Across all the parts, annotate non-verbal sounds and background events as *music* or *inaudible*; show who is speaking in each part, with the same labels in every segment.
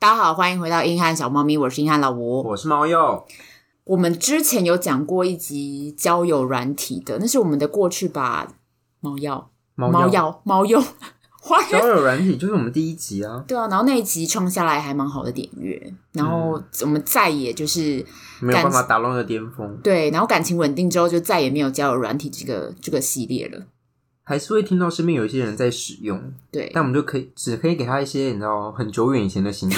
Speaker 1: 家好，欢迎回到硬汉小猫咪，我是硬汉老吴。
Speaker 2: 我是猫鼬，
Speaker 1: 我们之前有讲过一集交友软体的，那是我们的过去吧？猫药，猫
Speaker 2: 鼬
Speaker 1: 药，猫 *laughs* 用，花园
Speaker 2: *laughs* 交友软体就是我们第一
Speaker 1: *laughs*
Speaker 2: 集啊，
Speaker 1: 对啊，然后那一集冲下来还蛮好的点阅，然后我们再也就是、
Speaker 2: 没有
Speaker 1: 感
Speaker 2: 办法打乱的巅峰，
Speaker 1: 对，然后感情稳定之后就再也没有交友软体这个这个系列了。
Speaker 2: 还是会听到身边有一些人在使用，
Speaker 1: 对，
Speaker 2: 但我们就可以只可以给他一些你知道很久远以前的心得，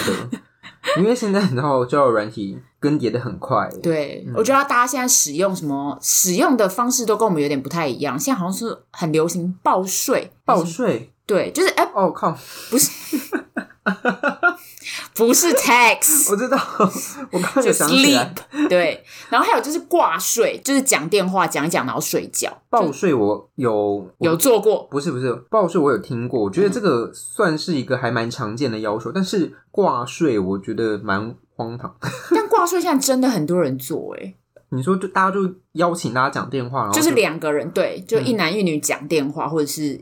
Speaker 2: *laughs* 因为现在你知道交友软体更迭的很快，
Speaker 1: 对，我觉得大家现在使用什么使用的方式都跟我们有点不太一样，现在好像是很流行报税，
Speaker 2: 报税
Speaker 1: 对，就是哎、
Speaker 2: 哦靠，
Speaker 1: 不是 tax，
Speaker 2: 我
Speaker 1: *laughs*
Speaker 2: 知道，我刚刚有
Speaker 1: 就
Speaker 2: 想起来
Speaker 1: sleep，对，然后还有就是挂睡，就是讲电话讲一讲然后睡觉，
Speaker 2: 报税，我有
Speaker 1: 有嗯
Speaker 2: 我
Speaker 1: 做过，
Speaker 2: 不是不是报税，我有听过，我觉得这个算是一个还蛮常见的要求，但是挂税我觉得蛮荒唐。
Speaker 1: 但挂睡现在真的很多人做、哎。
Speaker 2: 你说就大家就邀请大家讲电话，然后
Speaker 1: 就是两个人对，就
Speaker 2: 嗯
Speaker 1: 一男一女讲电话，或者是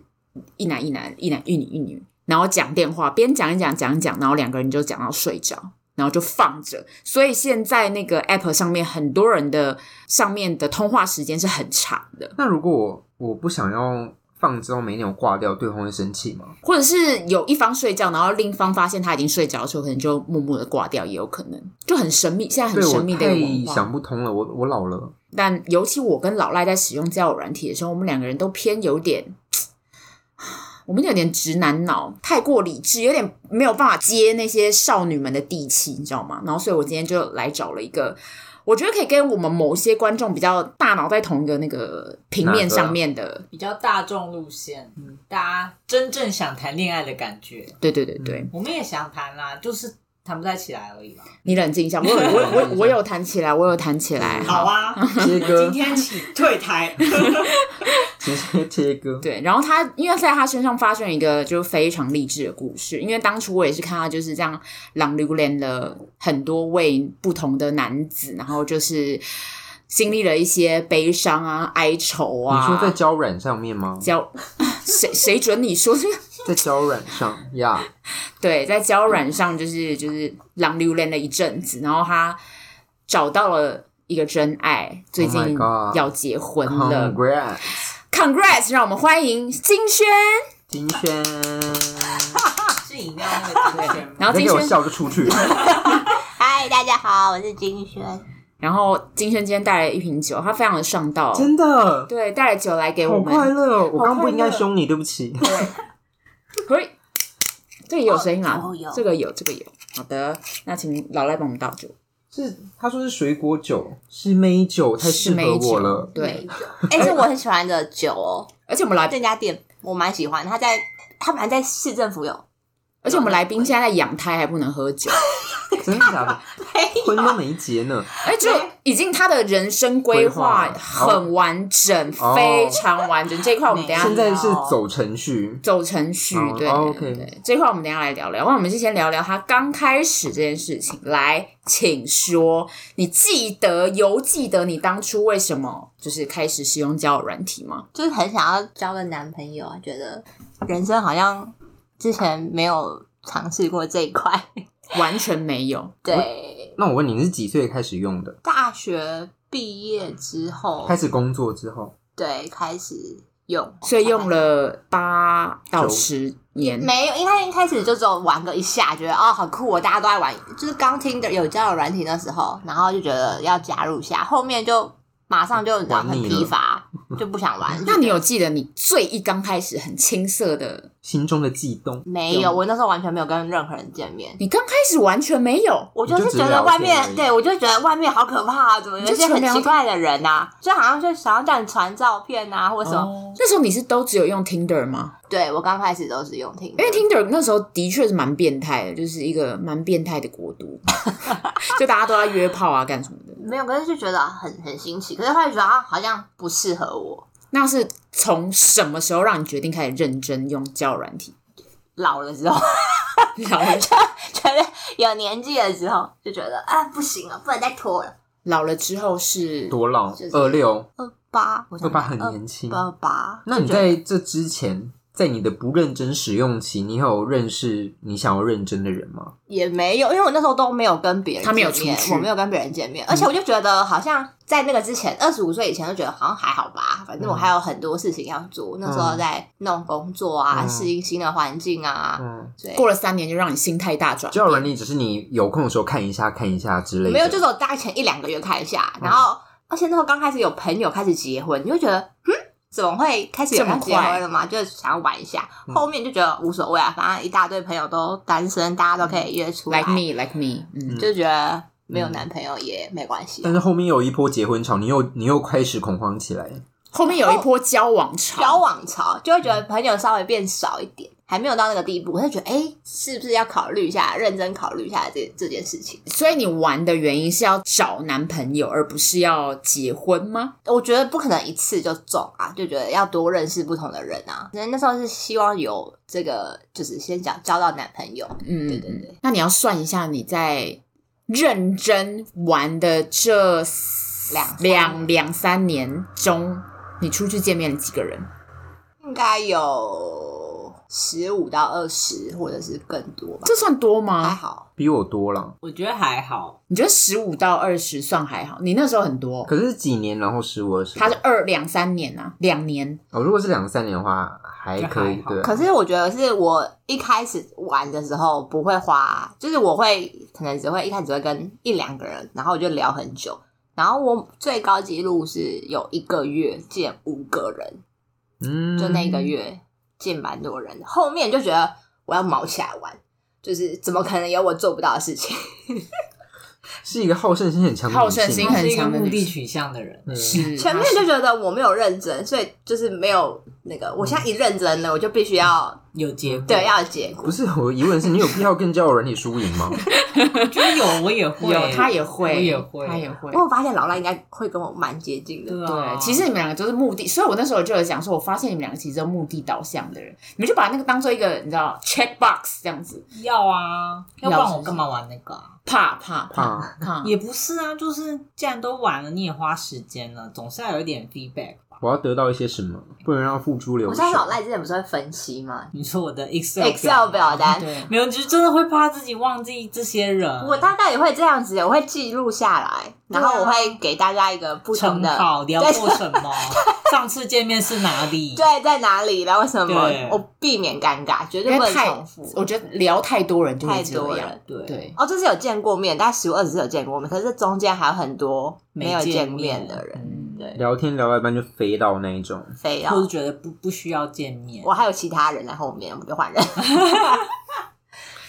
Speaker 1: 一男一男、一男一女一女，然后讲电话，边讲一讲讲一讲，然后两个人就讲到睡着，然后就放着。所以现在那个 app 上面很多人的上面的通话时间是很长的，
Speaker 2: 那如果我我不想要放之后没有挂掉，对方会生气吗？
Speaker 1: 或者是有一方睡觉，然后另一方发现他已经睡着的时候，可能就默默的挂掉，也有可能，就很神秘。现在很
Speaker 2: 对我
Speaker 1: 神秘的一个文
Speaker 2: 太
Speaker 1: 化
Speaker 2: 想不通了，我我老了，
Speaker 1: 但尤其我跟老赖在使用交友软体的时候，我们两个人都偏有点，我们有点直男脑，太过理智，有点没有办法接那些少女们的地气，你知道吗？然后，所以我今天就来找了一个。我觉得可以跟我们某些观众比较大脑在同一个那个平面上面的，
Speaker 3: 比较大众路线，
Speaker 1: 嗯
Speaker 3: 大家真正想谈恋爱的感觉。
Speaker 1: 对对对对，
Speaker 3: 我们也想谈啦，就是谈不太起来而已啦。
Speaker 1: 你冷静一下，我有我有我有我有弹起来，我有弹起来，
Speaker 3: 好啊，
Speaker 2: 切
Speaker 3: 今
Speaker 2: 割
Speaker 1: *laughs*
Speaker 3: 天起退台。
Speaker 2: 直接切割，
Speaker 1: 对，然后他因为在他身上发生一个就是非常励志的故事，因为当初我也是看他就是这样朗流连了很多位不同的男子，然后就是经历了一些悲伤啊、哀愁
Speaker 2: 你说在
Speaker 1: 啊。
Speaker 2: 交软上面吗？
Speaker 1: 交 *laughs* 谁谁准你说这个？ *laughs*
Speaker 2: 在交软上呀
Speaker 1: 对，在交软上就是就是朗流连了一阵子，然后他找到了一个真爱，最
Speaker 2: Oh
Speaker 1: 近
Speaker 2: my God
Speaker 1: 要结婚了。
Speaker 2: ，Congrats，
Speaker 1: Congrats！让我们欢迎金轩。
Speaker 2: 金轩，
Speaker 3: 是饮料那个金轩吗？
Speaker 1: 然后啊
Speaker 2: 再
Speaker 1: 金
Speaker 2: 给我
Speaker 1: 轩
Speaker 2: 笑就出
Speaker 1: *laughs*
Speaker 2: 去，
Speaker 4: 嗨，大家好，我是金轩。
Speaker 1: 然后金轩今天带来一瓶酒，他非常的上道，
Speaker 2: 真的。
Speaker 1: 对，带了酒来给我
Speaker 2: 好
Speaker 1: 们。
Speaker 2: 快乐哦！我刚
Speaker 1: 好快乐
Speaker 2: 刚不应该凶你，对不起。
Speaker 1: 嘿，这个有声音啊，
Speaker 4: 哦有
Speaker 1: 这个有，这个有。好的，那请老赖帮我们倒酒，
Speaker 2: 是他说是水果酒，是美酒，太
Speaker 1: 是
Speaker 2: 适
Speaker 1: 美
Speaker 2: 合
Speaker 1: 酒 *laughs*
Speaker 2: 我了。
Speaker 1: 对，，
Speaker 4: 哎、是我很喜欢的酒哦，
Speaker 1: 而且我们来，
Speaker 4: 这家店我蛮喜欢。他在，他本来在市政府有，
Speaker 1: 而且我们来宾现在在养胎，还不能喝酒，
Speaker 2: 真的
Speaker 1: *laughs*
Speaker 2: 假的？婚都没结呢。
Speaker 1: 哎，就已经他的人生规划
Speaker 2: 规划
Speaker 1: 很完整，
Speaker 2: 哦
Speaker 1: 非常完整。这一块我们
Speaker 4: 啊
Speaker 1: 等一下
Speaker 2: 现在是走程序，
Speaker 1: 走程序，
Speaker 2: 哦
Speaker 1: 对、
Speaker 2: 哦
Speaker 1: 对
Speaker 2: OK
Speaker 1: 对，这一块我们等一下来聊聊。那我们就先聊聊他刚开始这件事情。来，请说，你记得犹记得你当初为什么就是开始使用交友软体吗？
Speaker 4: 就是很想要交个男朋友啊，觉得人生好像之前没有尝试过这一块。 *laughs*
Speaker 1: 完全没有，
Speaker 4: 对，
Speaker 2: 那我问你，你是几岁开始用的？
Speaker 4: 大学毕业之后
Speaker 2: 开，始工作之后，
Speaker 4: 对，开始用，
Speaker 1: 所以用了八到十年。。
Speaker 4: 没有，因为一开始就只有玩个一下，觉得哦很酷，我大家都在玩，就是刚听的有交友软体那时候，然后就觉得要加入一下，后面就马上就你知道
Speaker 2: 玩腻
Speaker 4: 很
Speaker 2: 了
Speaker 4: 疲乏，就不想玩
Speaker 1: 那你有记得你最一刚开始很青涩的，
Speaker 2: 心中的悸动，
Speaker 4: 没有？我那时候完全没有跟任何人见面。
Speaker 1: 你刚开始完全没有，
Speaker 4: 我就是觉
Speaker 2: 你就只聊
Speaker 4: 得
Speaker 2: 天
Speaker 4: 外
Speaker 2: 而
Speaker 4: 面，
Speaker 2: 已
Speaker 4: 对我就觉得外面好可怕啊！怎么有一些很奇怪的人呐、就好像就想要叫你传照片啊，或者什么。
Speaker 1: 那时候你是都只有用 Tinder 吗？
Speaker 4: 对我刚开始都是用听，
Speaker 1: 因为 Tinder 那时候的确是蛮变态的，就是一个蛮变态的国度， *laughs* 就大家都在约炮啊，干什么的。
Speaker 4: 没有，可是就觉得很很新奇，可是后来觉得啊，好像不适合我。
Speaker 1: 那是从什么时候让你决定开始认真用交友软体？
Speaker 4: 老了之后，
Speaker 1: 老了
Speaker 4: 觉得有年纪了之后，就觉得啊，不行了，不能再拖了。
Speaker 1: 老了之后是
Speaker 2: 多老
Speaker 4: 就是，
Speaker 2: 二六
Speaker 4: 二八，我
Speaker 2: 二
Speaker 4: 想
Speaker 2: 八
Speaker 4: 想
Speaker 2: 很年轻。
Speaker 4: 二八。
Speaker 2: 那你在这之前在你的不认真使用期，你有认识你想要认真的人吗？
Speaker 4: 也没有，因为我那时候都没有跟别人
Speaker 1: 他没有
Speaker 4: 见面
Speaker 1: 出去
Speaker 4: 我没有跟别人见面，而且我就觉得好像在那个之前，二十五岁以前就觉得好像还好吧，反正我
Speaker 2: 嗯
Speaker 4: 还有很多事情要做，那时候在弄工作啊，
Speaker 2: 嗯
Speaker 4: 适应新的环境啊，
Speaker 2: 嗯，
Speaker 4: 对，
Speaker 1: 过了三年就让你心态大转，
Speaker 2: 交友软体只是你有空的时候看一下看一下之类的，
Speaker 4: 没有，就是我大概前一两个月看一下，
Speaker 1: 嗯
Speaker 4: 然后、而且那时候刚开始有朋友开始结婚，你就觉得嗯。怎么会开始有人
Speaker 1: 这
Speaker 4: 结
Speaker 1: 么快
Speaker 4: 婚了嘛？就是想要玩一下，
Speaker 2: 嗯
Speaker 4: 后面就觉得无所谓啊，反正一大堆朋友都单身，大家都可以约出来
Speaker 1: like me，like me，嗯，
Speaker 4: 就觉得没有男朋友也没关系啊、
Speaker 2: 但是后面有一波结婚潮，你又你又开始恐慌起来。
Speaker 1: 后面有一波交往
Speaker 4: 交
Speaker 1: 潮，
Speaker 4: 往潮，就会觉得朋友稍微变少一点，还没有到那个地步，我就觉得哎、诶是不是要考虑一下，认真考虑一下这这件事情？
Speaker 1: 所以你玩的原因是要找男朋友，而不是要结婚吗？
Speaker 4: 我觉得不可能一次就中啊，就觉得要多认识不同的人啊。那那时候是希望有这个，就是先讲交到男朋友，
Speaker 1: 嗯，
Speaker 4: 对对对，
Speaker 1: 那你要算一下你在认真玩的这
Speaker 4: 两
Speaker 1: 两两三年中，你出去见面了几个人？
Speaker 4: 应该有十五到二十，或者是更多吧，
Speaker 1: 这算多
Speaker 4: 还
Speaker 1: 吗？
Speaker 4: 好。
Speaker 2: 比我多了，
Speaker 3: 我觉得还好，
Speaker 1: 你觉得十五到二十算还好？你那时候很多，
Speaker 2: 可是几年然后十五二十，
Speaker 1: 他是二两三年啊，两年。
Speaker 2: 哦，如果是两三年的话还可以
Speaker 3: 就还，好
Speaker 2: 对啊，
Speaker 4: 可是我觉得是我一开始玩的时候不会花，就是我会可能只会一开始只会跟一两个人，然后我就聊很久。然后我最高纪录是有一个月见五个人，
Speaker 2: 嗯，
Speaker 4: 就那一个月见蛮多人的。后面就觉得我要毛起来玩，就是怎么可能有我做不到的事情？
Speaker 2: 是一个好胜心很强的
Speaker 1: 好
Speaker 2: 女性
Speaker 1: 胜心
Speaker 2: 啊
Speaker 1: 很
Speaker 3: 是一个
Speaker 1: 强的
Speaker 3: 目
Speaker 1: 女
Speaker 3: 的
Speaker 1: 性
Speaker 3: 取向的人，
Speaker 2: 嗯
Speaker 1: 是
Speaker 4: 前面就觉得我没有认真，所以就是没有那个。我现在一认真了，我就必须要
Speaker 3: 有结果。
Speaker 4: 对
Speaker 1: 啊
Speaker 4: 要有结果
Speaker 2: 不。是我疑问是你有必要跟交友软体输赢
Speaker 4: *laughs*
Speaker 2: 吗？
Speaker 3: 我觉得有，我也
Speaker 1: *laughs*
Speaker 3: 会，
Speaker 1: 有他也会，
Speaker 3: 我也会，
Speaker 1: 他也会
Speaker 4: 我。有发现老赖应该会跟我蛮接近的，
Speaker 3: 对啊
Speaker 1: 对，其实你们两个就是目的，所以我那时候就有讲说，我发现你们两个其实都目的导向的人，你们就把那个当做一个你知道 check box 这样子，
Speaker 3: 要啊，要不然我干嘛玩那个啊、
Speaker 1: 怕怕怕
Speaker 2: 啊，
Speaker 1: 怕，
Speaker 3: 也不是啊，就是既然都玩了，你也花时间了，总是要有一点 feedback 吧。
Speaker 2: 我要得到一些什么，不能让付诸流
Speaker 4: 我
Speaker 2: 水
Speaker 4: 像。老赖之前不是会分析吗
Speaker 3: 你说我的 Excel
Speaker 4: ？Excel 表单，
Speaker 1: 对，
Speaker 3: 没有，就是真的会怕自己忘记这些
Speaker 1: 嗯
Speaker 3: 人，
Speaker 4: 我大概也会这样子，我会记录下来，然
Speaker 1: 啊
Speaker 4: 后我会给大家一个不同
Speaker 3: 称
Speaker 4: 的
Speaker 3: 号聊
Speaker 4: 对
Speaker 3: 过什么， *laughs* 上次见面是哪里，
Speaker 4: 对在哪里，然后为什么
Speaker 3: 对，
Speaker 4: 我避免尴尬，绝
Speaker 1: 因
Speaker 4: 对不
Speaker 1: 为
Speaker 4: 能
Speaker 1: 太
Speaker 4: 重复，，
Speaker 1: 我觉得聊太多人就会
Speaker 4: 太
Speaker 1: 这
Speaker 4: 多
Speaker 1: 样
Speaker 4: 人，。
Speaker 3: 对
Speaker 1: 对，
Speaker 4: 哦，这是有见过面，大概十五二十次有见过面，可是中间还有很多没有
Speaker 3: 没见
Speaker 4: 见
Speaker 3: 面
Speaker 4: 面的人，
Speaker 1: 嗯，
Speaker 4: 对，
Speaker 2: 聊天聊到一半就飞到那一种，
Speaker 4: 非要
Speaker 3: 或是觉得不不需要见面
Speaker 4: 我。还有其他人在后面，我们就
Speaker 1: *laughs*
Speaker 4: 换人。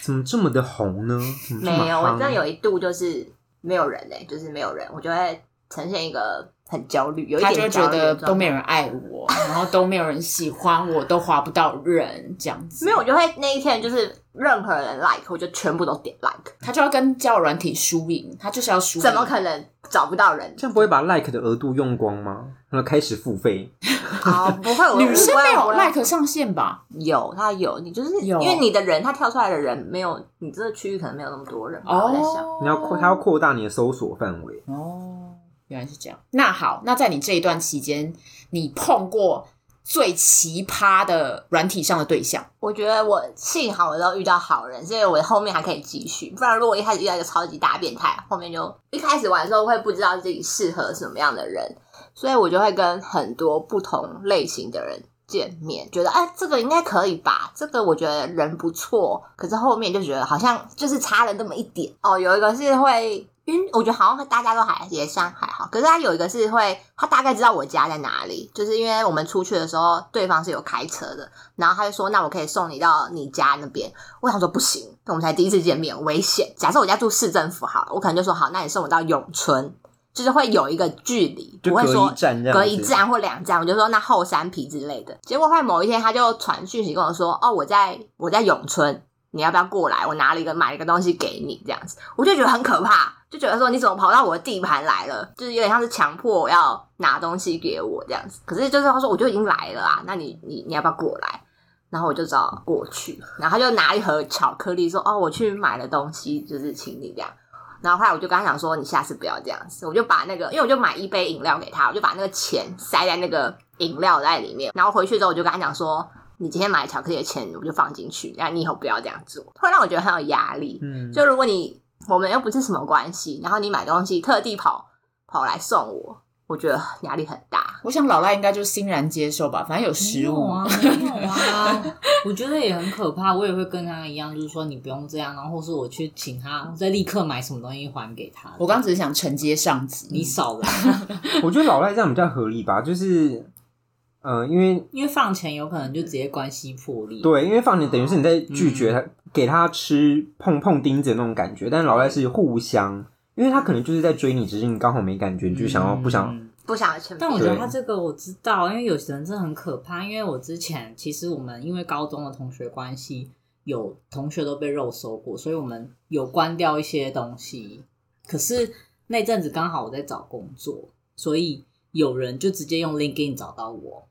Speaker 2: 怎么这么的红呢？怎么这么
Speaker 4: 没有，我
Speaker 2: 夯
Speaker 4: 真的有一度就是没有人哎、就是没有人，我就会呈现一个很焦虑，有一
Speaker 1: 他就
Speaker 4: 点
Speaker 1: 会觉
Speaker 4: 焦虑
Speaker 1: 得
Speaker 4: 的状态
Speaker 1: 都没有人爱我，然后都没有人喜欢我，都划不到人这样子。
Speaker 4: 没有，我，就会那一天就是任何人 like，我就全部都点 like，
Speaker 1: 他就要跟交友软体输赢，他就是要输赢。
Speaker 4: 怎么可能找不到
Speaker 1: *laughs*
Speaker 4: 人？
Speaker 2: 这样不会把 like 的额度用光吗？然后开始付费，
Speaker 4: 好，不会，我
Speaker 1: 女生没有
Speaker 4: 我不会啊
Speaker 1: like 上限吧？
Speaker 4: 有他有，你就是因
Speaker 1: 有
Speaker 4: 为你的人，他跳出来的人没有，你这个区域可能没有那么多人吧。我在想，
Speaker 1: 哦，
Speaker 2: 你要扩，它要扩大你的搜索范围。
Speaker 1: 哦，原来是这样。那好，那在你这一段期间，你碰过最奇葩的软体上的对象？
Speaker 4: 我觉得我幸好我都遇到好人，所以我后面还可以继续。不然如果我一开始遇到一个超级大变态，后面就一开始玩的时候会不知道自己适合什么样的人，所以我就会跟很多不同类型的人见面，觉得哎、这个应该可以吧，这个我觉得人不错，可是后面就觉得好像就是差了那么一点哦。有一个是会。晕，我觉得好像大家都还也像还好，可是他有一个是会，他大概知道我家在哪里，就是因为我们出去的时候，对方是有开车的，然后他就说：“那我可以送你到你家那边。”我想说不行，我们才第一次见面，危险。假设我家住市政府好了，我可能就说好，那你送我到永春，就是会有一个距离，
Speaker 2: 就
Speaker 4: 不会
Speaker 2: 隔
Speaker 4: 说
Speaker 2: 一站这样子
Speaker 4: 隔一站或两站，我就说那后山皮之类的。结果后来某一天，他就传讯息跟我说：“哦，我在我在永春，你要不要过来？我拿了一个买了一个东西给你，这样子。”我就觉得很可怕，就觉得说你怎么跑到我的地盘来了，就是有点像是强迫我要拿东西给我这样子。可是就是他说我就已经来了啊，那你你你要不要过来？然后我就只好过去，然后他就拿一盒巧克力说：“哦，我去买了东西，就是请你这样。”然后后来我就跟他讲说，你下次不要这样子。我就把那个，因为我就买一杯饮料给他，我就把那个钱塞在那个饮料袋里面。然后回去之后，我就跟他讲说，你今天买巧克力的钱我就放进去，然后你以后不要这样做，会让我觉得很有压力。
Speaker 2: 嗯，
Speaker 4: 就如果你我们又不是什么关系，然后你买东西特地跑跑来送我，我觉得压力很大。
Speaker 1: 我想老赖应该就欣然接受吧，反正有食物。
Speaker 4: *laughs*
Speaker 3: 啊，没有啊，我觉得也很可怕。我也会跟他一样，就是说你不用这样，然后或是我去请他，我再立刻买什么东西还给他。
Speaker 1: 我刚只是想承接上集，
Speaker 3: 你少
Speaker 4: *laughs*
Speaker 3: 来，
Speaker 2: 我觉得老赖这样比较合理吧，就是，嗯、因为
Speaker 3: 因为放钱有可能就直接关系破裂。，
Speaker 2: 对，因为放你等于是你在拒
Speaker 3: 嗯
Speaker 2: 绝他，给他吃碰碰钉子的那种感觉，但老赖是互相，因为他可能就是在追你，只是你刚好没感觉，你就想要不
Speaker 3: 嗯
Speaker 2: 想，
Speaker 4: 不想要成
Speaker 3: 但我觉得
Speaker 2: 对
Speaker 3: 他这个我知道，因为有些人真的很可怕。因为我之前其实我们因为高中的同学关系，有同学都被肉搜过，所以我们有关掉一些东西。可是那阵子刚好我在找工作，所以有人就直接用 LinkedIn 找到我，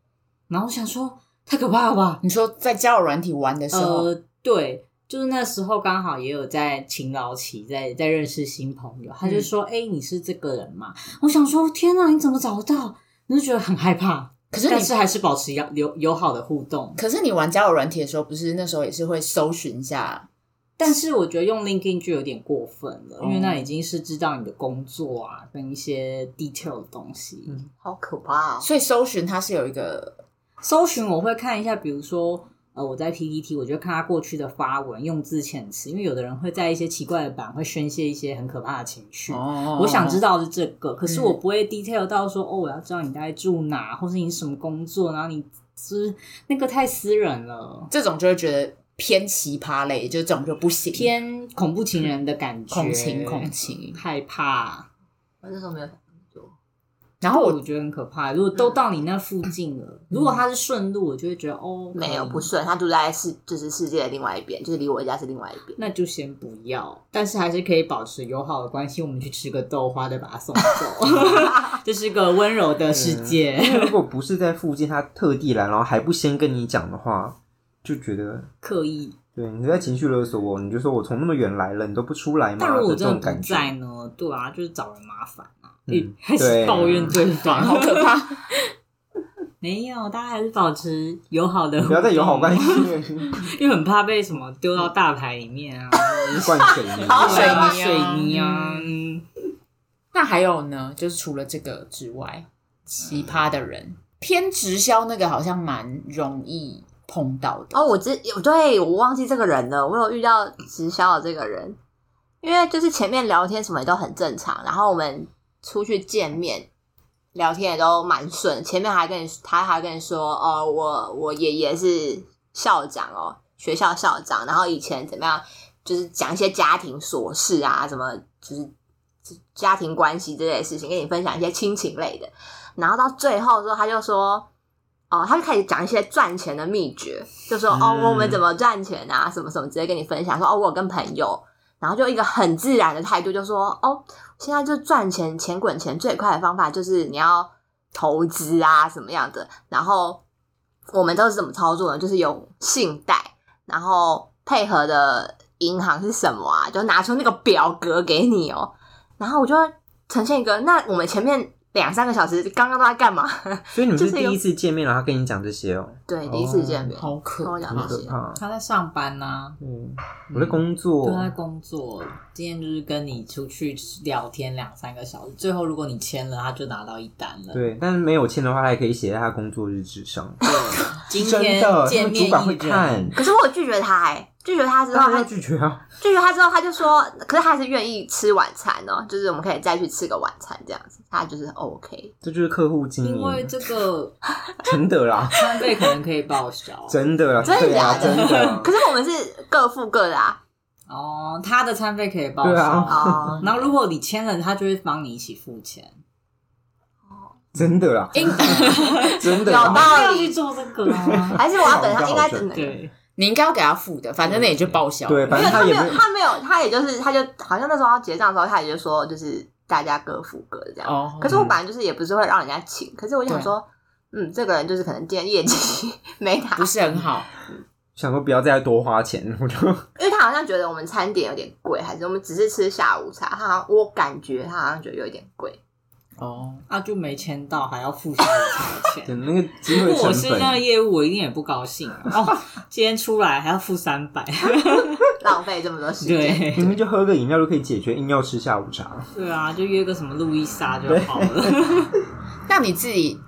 Speaker 3: 然后我想说太可怕了吧？
Speaker 1: 你说在交友软体玩的时候，
Speaker 3: 呃，对，就是那时候刚好也有在勤劳期，在在认识新朋友，
Speaker 1: 嗯
Speaker 3: 他就说：“哎、你是这个人嘛？”我想说：“天哪，你怎么找得到？”你就觉得很害怕，
Speaker 1: 可是
Speaker 3: 但
Speaker 1: 你
Speaker 3: 是还是保持友友友好的互动。
Speaker 1: 可是你玩交友软体的时候，不是那时候也是会搜寻一下？
Speaker 3: 但是我觉得用 LinkedIn 就有点过分了，因为
Speaker 1: 哦
Speaker 3: 那已经是知道你的工作啊，跟一些 detail 的东西。
Speaker 2: 嗯
Speaker 4: 好可怕哦！
Speaker 1: 所以搜寻它是有一个
Speaker 3: 搜寻我会看一下，比如说。呃，我在 PPT，我就看他过去的发文用字遣词，因为有的人会在一些奇怪的版会宣泄一些很可怕的情绪。
Speaker 1: 哦嗯
Speaker 3: 我想知道的是这个，可是我不会 detail 到说、哦，我要知道你大概住哪，或是你什么工作，然后你是那个太私人了，
Speaker 1: 这种就会觉得偏奇葩类，就这种就不行，
Speaker 3: 偏恐怖情人的感觉，
Speaker 1: 恐情恐情。
Speaker 3: 害怕。
Speaker 4: 我那时候没有想那么多
Speaker 1: 然后
Speaker 3: 我
Speaker 1: 我嗯
Speaker 3: 觉得很可怕。如果都到你那附近了，如果他是顺路，我就会觉得哦，
Speaker 4: 没有
Speaker 3: 可以
Speaker 4: 不顺，他住在世就是世界的另外一边，就是离我家是另外一边。
Speaker 3: 那就先不要，但是还是可以保持友好的关系。我们去吃个豆花，再把他
Speaker 1: *laughs*
Speaker 3: 送走，这是个温柔的世界。
Speaker 1: 嗯
Speaker 2: 因为如果不是在附近，他特地来，然后还不先跟你讲的话，就觉得
Speaker 3: *laughs* 刻意
Speaker 2: 对你在情绪勒索我，你就说我从那么远来了，你都不出来
Speaker 3: 但
Speaker 2: 嘛，
Speaker 3: 如
Speaker 2: 就
Speaker 3: 果我
Speaker 2: 这
Speaker 3: 真
Speaker 2: 种
Speaker 3: 的
Speaker 2: 感
Speaker 3: 不
Speaker 2: 觉。
Speaker 3: 在呢？对啊，就是找人麻烦啊，
Speaker 2: 嗯
Speaker 3: 嗯、开始
Speaker 2: 对
Speaker 3: 抱怨对方，
Speaker 1: 好
Speaker 2: *laughs*
Speaker 1: 可怕，
Speaker 3: 没有，大家还是保持友好的，
Speaker 2: 不要再友好关，系
Speaker 3: 因为很怕被什么丢到大牌里面啊，
Speaker 2: *laughs* 灌水泥，
Speaker 4: *laughs* 好
Speaker 3: 水泥
Speaker 4: 水泥哦
Speaker 1: 啊
Speaker 3: 水泥啊，嗯
Speaker 1: 那还有呢？就是除了这个之外，奇葩的人偏直销那个好像蛮容易碰到的
Speaker 4: 哦，我之有对我忘记这个人了，我有遇到直销的这个人，因为就是前面聊天什么都很正常，然后我们出去见面聊天也都蛮顺，前面还跟你他还跟你说哦，我我爷爷是校长哦，学校校长，然后以前怎么样，就是讲一些家庭琐事啊，什么就是。家庭关系之类的事情，跟你分享一些亲情类的，然后到最后的时候，他就说，哦，他就开始讲一些赚钱的秘诀，就说、
Speaker 2: 嗯
Speaker 4: 哦，我们怎么赚钱啊，什么什么，直接跟你分享说哦，我有跟朋友，然后就一个很自然的态度，就说哦，现在就赚钱，钱滚钱最快的方法就是你要投资啊，什么样的，然后我们都是怎么操作呢？就是有信贷，然后配合的银行是什么啊？就拿出那个表格给你哦，然后我就会呈现一个，那我们前面两三个小时刚刚都在干嘛？ *laughs*
Speaker 2: 所以你们是
Speaker 4: 就是
Speaker 2: 第
Speaker 4: 有
Speaker 2: 一次见面，然后他跟你讲这些哦，
Speaker 4: 对，第一次见面，
Speaker 1: 好可
Speaker 4: 跟我
Speaker 1: 怕
Speaker 4: 讲
Speaker 2: 很
Speaker 4: 这
Speaker 2: 可
Speaker 4: 些。
Speaker 2: 怕。
Speaker 3: 他在上班呐、
Speaker 2: 嗯，我在工作
Speaker 3: 都，在工作，今天就是跟你出去聊天两三个小时，最后如果你签了，他就拿到一单了。
Speaker 2: 对，但是没有签的话，他也可以写在他工作日志上。
Speaker 3: 对，今
Speaker 2: 真
Speaker 3: 天
Speaker 2: 的，他
Speaker 3: 见
Speaker 2: 们
Speaker 3: 面
Speaker 2: 主管
Speaker 3: 一
Speaker 2: 会
Speaker 3: 人 *laughs*
Speaker 2: 看，
Speaker 4: 可是我拒绝他、哎，拒绝他之后，
Speaker 2: 当然要
Speaker 4: 他
Speaker 2: 拒绝啊。
Speaker 4: 拒绝他之后，他就说，可是他还是愿意吃晚餐哦，就是我们可以再去吃个晚餐这样子，他就是 OK。
Speaker 2: 这就是客户经
Speaker 3: 因为
Speaker 2: 营，
Speaker 3: 这个
Speaker 2: 真的啦，
Speaker 3: 三倍可能可以报销。
Speaker 2: *laughs* 真的啦，
Speaker 4: 真的
Speaker 2: 对啊，
Speaker 4: 假的
Speaker 2: 真的
Speaker 4: 可。是我们是各付各的啊，
Speaker 3: 哦，他的餐费可以报销。
Speaker 2: 对啊
Speaker 4: 哦，
Speaker 3: 然后如果你签了，他就会帮你一起付钱。
Speaker 2: 真的啦，
Speaker 3: 哎
Speaker 2: 真的
Speaker 4: 有
Speaker 2: 啦，
Speaker 4: 道理
Speaker 3: 要去做这个啊。
Speaker 4: 还是我要等他，
Speaker 2: 好
Speaker 4: 应该
Speaker 2: 好
Speaker 4: 等
Speaker 3: *laughs* 对，
Speaker 1: *laughs* 你应该要给他付的，反正那也就报销。
Speaker 2: 对，反
Speaker 4: 没有，
Speaker 2: 正
Speaker 4: 他
Speaker 2: 他
Speaker 4: 没
Speaker 2: 也
Speaker 4: 有，
Speaker 2: 没有，
Speaker 4: 他没有，他也就是，他就好像那时候要结账的时候，他也就说，就是大家各付各的这样。
Speaker 1: 哦
Speaker 4: 可是我本来就是也不是会让人家请，可是我就想说，嗯，这个人就是可能今天业绩 *laughs* 没拿
Speaker 1: 不，是很好，
Speaker 2: 想说不要再多花钱，我就
Speaker 3: *laughs*
Speaker 4: 因为他好像觉得我们餐点有点贵，还是我们只是吃下午茶，他好像我感觉他好像觉得有一点贵。
Speaker 1: 哦，
Speaker 3: 啊，就没签到，还要付消费
Speaker 2: *laughs* 对
Speaker 3: 钱。
Speaker 2: 那个机
Speaker 3: 如
Speaker 2: 会
Speaker 3: 果我
Speaker 2: 成
Speaker 3: 是那个
Speaker 2: 本，
Speaker 3: 业务，我一定也不高兴
Speaker 2: *laughs*
Speaker 3: 啊！哦，今天出来还要付三百，
Speaker 4: 浪费这么多时间。
Speaker 3: 对
Speaker 2: 明明就喝个饮料就可以解决，硬要吃下午茶。
Speaker 3: 对啊，就约个什么路易莎就好了。
Speaker 1: 那你自己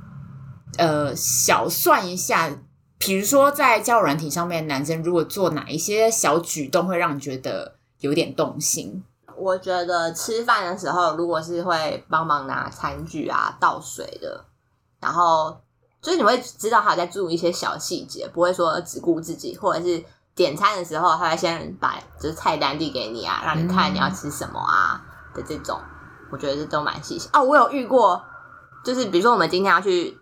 Speaker 1: 呃小算一下，比如说在交友软体上面，男生如果做哪一些小举动会让你觉得有点动心？
Speaker 4: 我觉得吃饭的时候，如果是会帮忙拿餐具啊、倒水的，然后就是你会知道他有在注意一些小细节，不会说只顾自己，或者是点餐的时候，他会先把就是菜单递给你啊，让你
Speaker 1: 嗯
Speaker 4: 看你要吃什么啊的这种，我觉得这都蛮细心。哦，我有遇过，就是比如说我们今天要去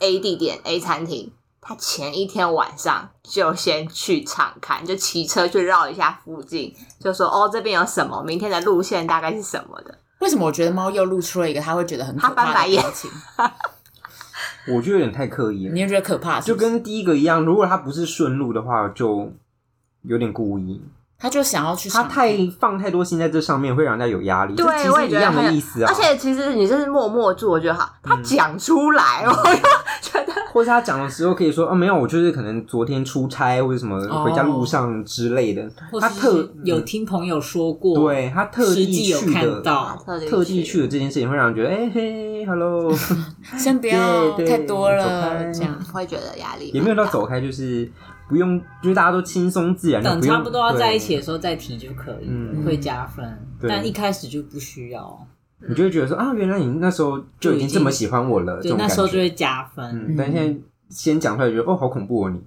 Speaker 4: A 地点 A 餐厅。他前一天晚上就先去场看，就骑车去绕一下附近，就说哦这边有什么，明天的路线大概是什么的。
Speaker 1: 为什么我觉得猫又露出了一个他会觉得很可
Speaker 4: 他翻
Speaker 1: 怕
Speaker 4: 白
Speaker 1: 的
Speaker 4: 眼
Speaker 1: 表情？
Speaker 2: 我觉得有点太刻意了
Speaker 1: 你，也觉得可怕是
Speaker 2: 就
Speaker 1: 不是？
Speaker 2: 跟第一个一样，如果他不是顺路的话，就有点故意。
Speaker 1: 他就想要去
Speaker 2: 他
Speaker 1: 尝
Speaker 2: 太放太多心在这上面，会让人家有压力。
Speaker 4: 对
Speaker 2: 这其
Speaker 4: 我
Speaker 2: 实
Speaker 4: 也
Speaker 2: 一
Speaker 4: 觉得
Speaker 2: 样的
Speaker 4: 很
Speaker 2: 意思啊。嗯
Speaker 4: 而且其实你就是默默做就好，他讲出来，我就觉得
Speaker 2: 或者他讲的时候可以说，啊，没有，我就是可能昨天出差或者什么
Speaker 1: 哦
Speaker 2: 回家路上之类的。
Speaker 3: *laughs* 或
Speaker 2: 他特嗯
Speaker 3: 是有听朋友说过，
Speaker 2: 对他特
Speaker 3: 实
Speaker 2: 地
Speaker 3: 际有
Speaker 2: 去
Speaker 3: 看
Speaker 2: 的，啊
Speaker 3: 到，
Speaker 2: 特地去的这件事情会让人觉得，哎、嘿，hello，
Speaker 3: *laughs*
Speaker 1: 先不要
Speaker 2: 对对
Speaker 1: 太多
Speaker 2: 走
Speaker 1: 了，
Speaker 2: 开
Speaker 1: 这样。
Speaker 4: 会觉得压力蛮大
Speaker 2: 也没有到走开，就是不用，就是大家都轻松自然，
Speaker 3: 等
Speaker 2: 就不用
Speaker 3: 差不多要在一起的时候再提就可以了，
Speaker 2: 嗯
Speaker 3: 会加分。
Speaker 2: 对
Speaker 3: 但一开始就不需要，
Speaker 2: 对你就会觉得说啊，原来你那时候就已经这么喜欢我了，这
Speaker 3: 对，
Speaker 2: 种
Speaker 3: 那
Speaker 2: 感
Speaker 3: 时候就
Speaker 2: 觉。
Speaker 3: 会加分。
Speaker 2: 嗯，但现在先讲出来，觉得哦，好恐怖哦，你。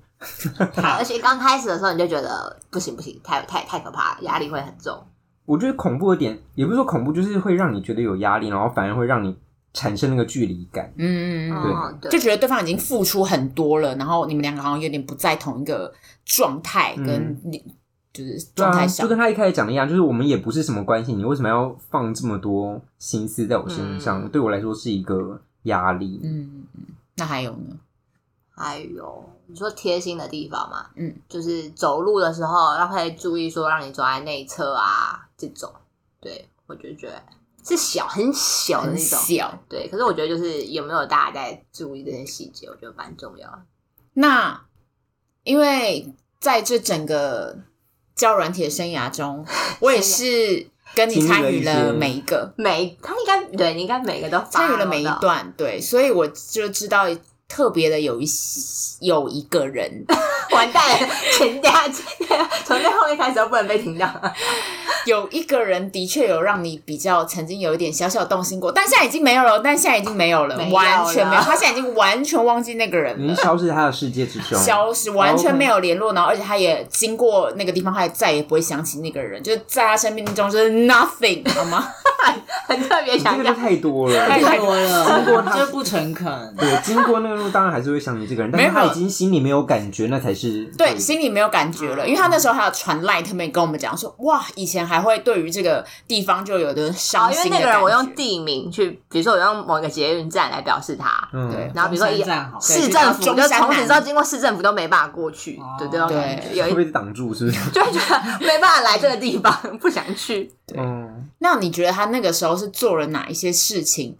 Speaker 3: *laughs*
Speaker 4: 怕而且刚开始的时候你就觉得不行不行，太太太可怕了，压力会很重。
Speaker 2: 我觉得恐怖的点，也不是说恐怖，就是会让你觉得有压力，然后反而会让你产生那个距离感。
Speaker 1: 嗯，嗯嗯
Speaker 4: 嗯，对
Speaker 1: 就，觉得对方已经付出很多了，然后你们两个好像有点不在同一个状态，
Speaker 2: 嗯
Speaker 1: 跟你就是
Speaker 2: 对
Speaker 1: 状态
Speaker 2: 啊，
Speaker 1: 上
Speaker 2: 就。跟他一开始讲的一样，就是我们也不是什么关系，你为什么要放这么多心思在我身上？
Speaker 4: 嗯
Speaker 2: 对我来说是一个压力。
Speaker 1: 嗯，嗯那还有呢？
Speaker 4: 还有哎你说贴心的地方嘛，
Speaker 1: 嗯，
Speaker 4: 就是走路的时候让他注意说让你走在内侧啊这种，对我就觉得是小很小的
Speaker 1: 很
Speaker 4: 那种。
Speaker 1: 小。
Speaker 4: 对，可是我觉得就是有没有大家在注意这些细节，我觉得蛮重要的。
Speaker 1: 那因为在这整个教软体的生涯
Speaker 4: *laughs*
Speaker 1: 中，我也是跟你参与了每一个，
Speaker 4: 每他应该对，你应该每个都
Speaker 1: 参与
Speaker 4: follow
Speaker 1: 了每一
Speaker 4: 到
Speaker 1: 段，对，所以我就知道特别的有一有一个
Speaker 4: *laughs*
Speaker 1: 人，
Speaker 4: 完蛋了，前家 *laughs* 从最后面开始都不能被听到。
Speaker 1: 有一个人的确有让你比较曾经有一点小小动心过，但现在已经没有了，但现在已经没有了，
Speaker 4: 没有了嗯
Speaker 1: 完全没有，他现在已经完全忘记那个人
Speaker 2: 你
Speaker 1: 了
Speaker 2: 是。消失在他的世界之
Speaker 4: 哦
Speaker 2: 中，
Speaker 1: 消失，完全没有联络，然后而且他也经过那个地方，他也再也不会想起那个人，就是在他生命中就是 nothing 好吗？
Speaker 4: *laughs* *laughs* 很特别
Speaker 2: 你这
Speaker 4: 想
Speaker 2: 个就
Speaker 4: 讲，
Speaker 2: 太多了。
Speaker 1: 太
Speaker 3: 太多
Speaker 2: 经过
Speaker 3: 了，
Speaker 2: 他
Speaker 3: 这不诚恳。
Speaker 2: 对，经过那个路，当然还是会想你这个人，但
Speaker 1: 没
Speaker 2: 是
Speaker 1: 有
Speaker 2: 他已经心里没有感觉，那才是
Speaker 4: 嗯
Speaker 1: 对，心里没有感觉了，因为他那时候还有传 line 特别跟我们讲说，哇，以前还会对于这个地方就有的
Speaker 4: 哦，
Speaker 1: 伤
Speaker 4: 因为
Speaker 1: 心
Speaker 4: 那
Speaker 1: 的
Speaker 4: 个
Speaker 1: 感
Speaker 4: 人
Speaker 1: 觉。
Speaker 4: 我用地名去，比如说我用某一个捷运站来表示他，
Speaker 2: 嗯，
Speaker 1: 对
Speaker 4: 然后比如说
Speaker 3: 中
Speaker 4: 一
Speaker 3: 山站好，
Speaker 1: 是
Speaker 4: 市政府，
Speaker 1: 对就
Speaker 4: 就
Speaker 1: 到中山
Speaker 4: 从此之后
Speaker 1: 南
Speaker 4: 经过市政府都没办法过去
Speaker 3: 哦，
Speaker 4: 对这种感觉，
Speaker 1: 对
Speaker 4: 有
Speaker 2: 会
Speaker 4: 一 *laughs*
Speaker 2: 被挡住是不是？
Speaker 4: 就会觉得没办法来这个地方，不想去。
Speaker 2: 嗯，
Speaker 1: 那你觉得他那个时候是做了哪一些事情？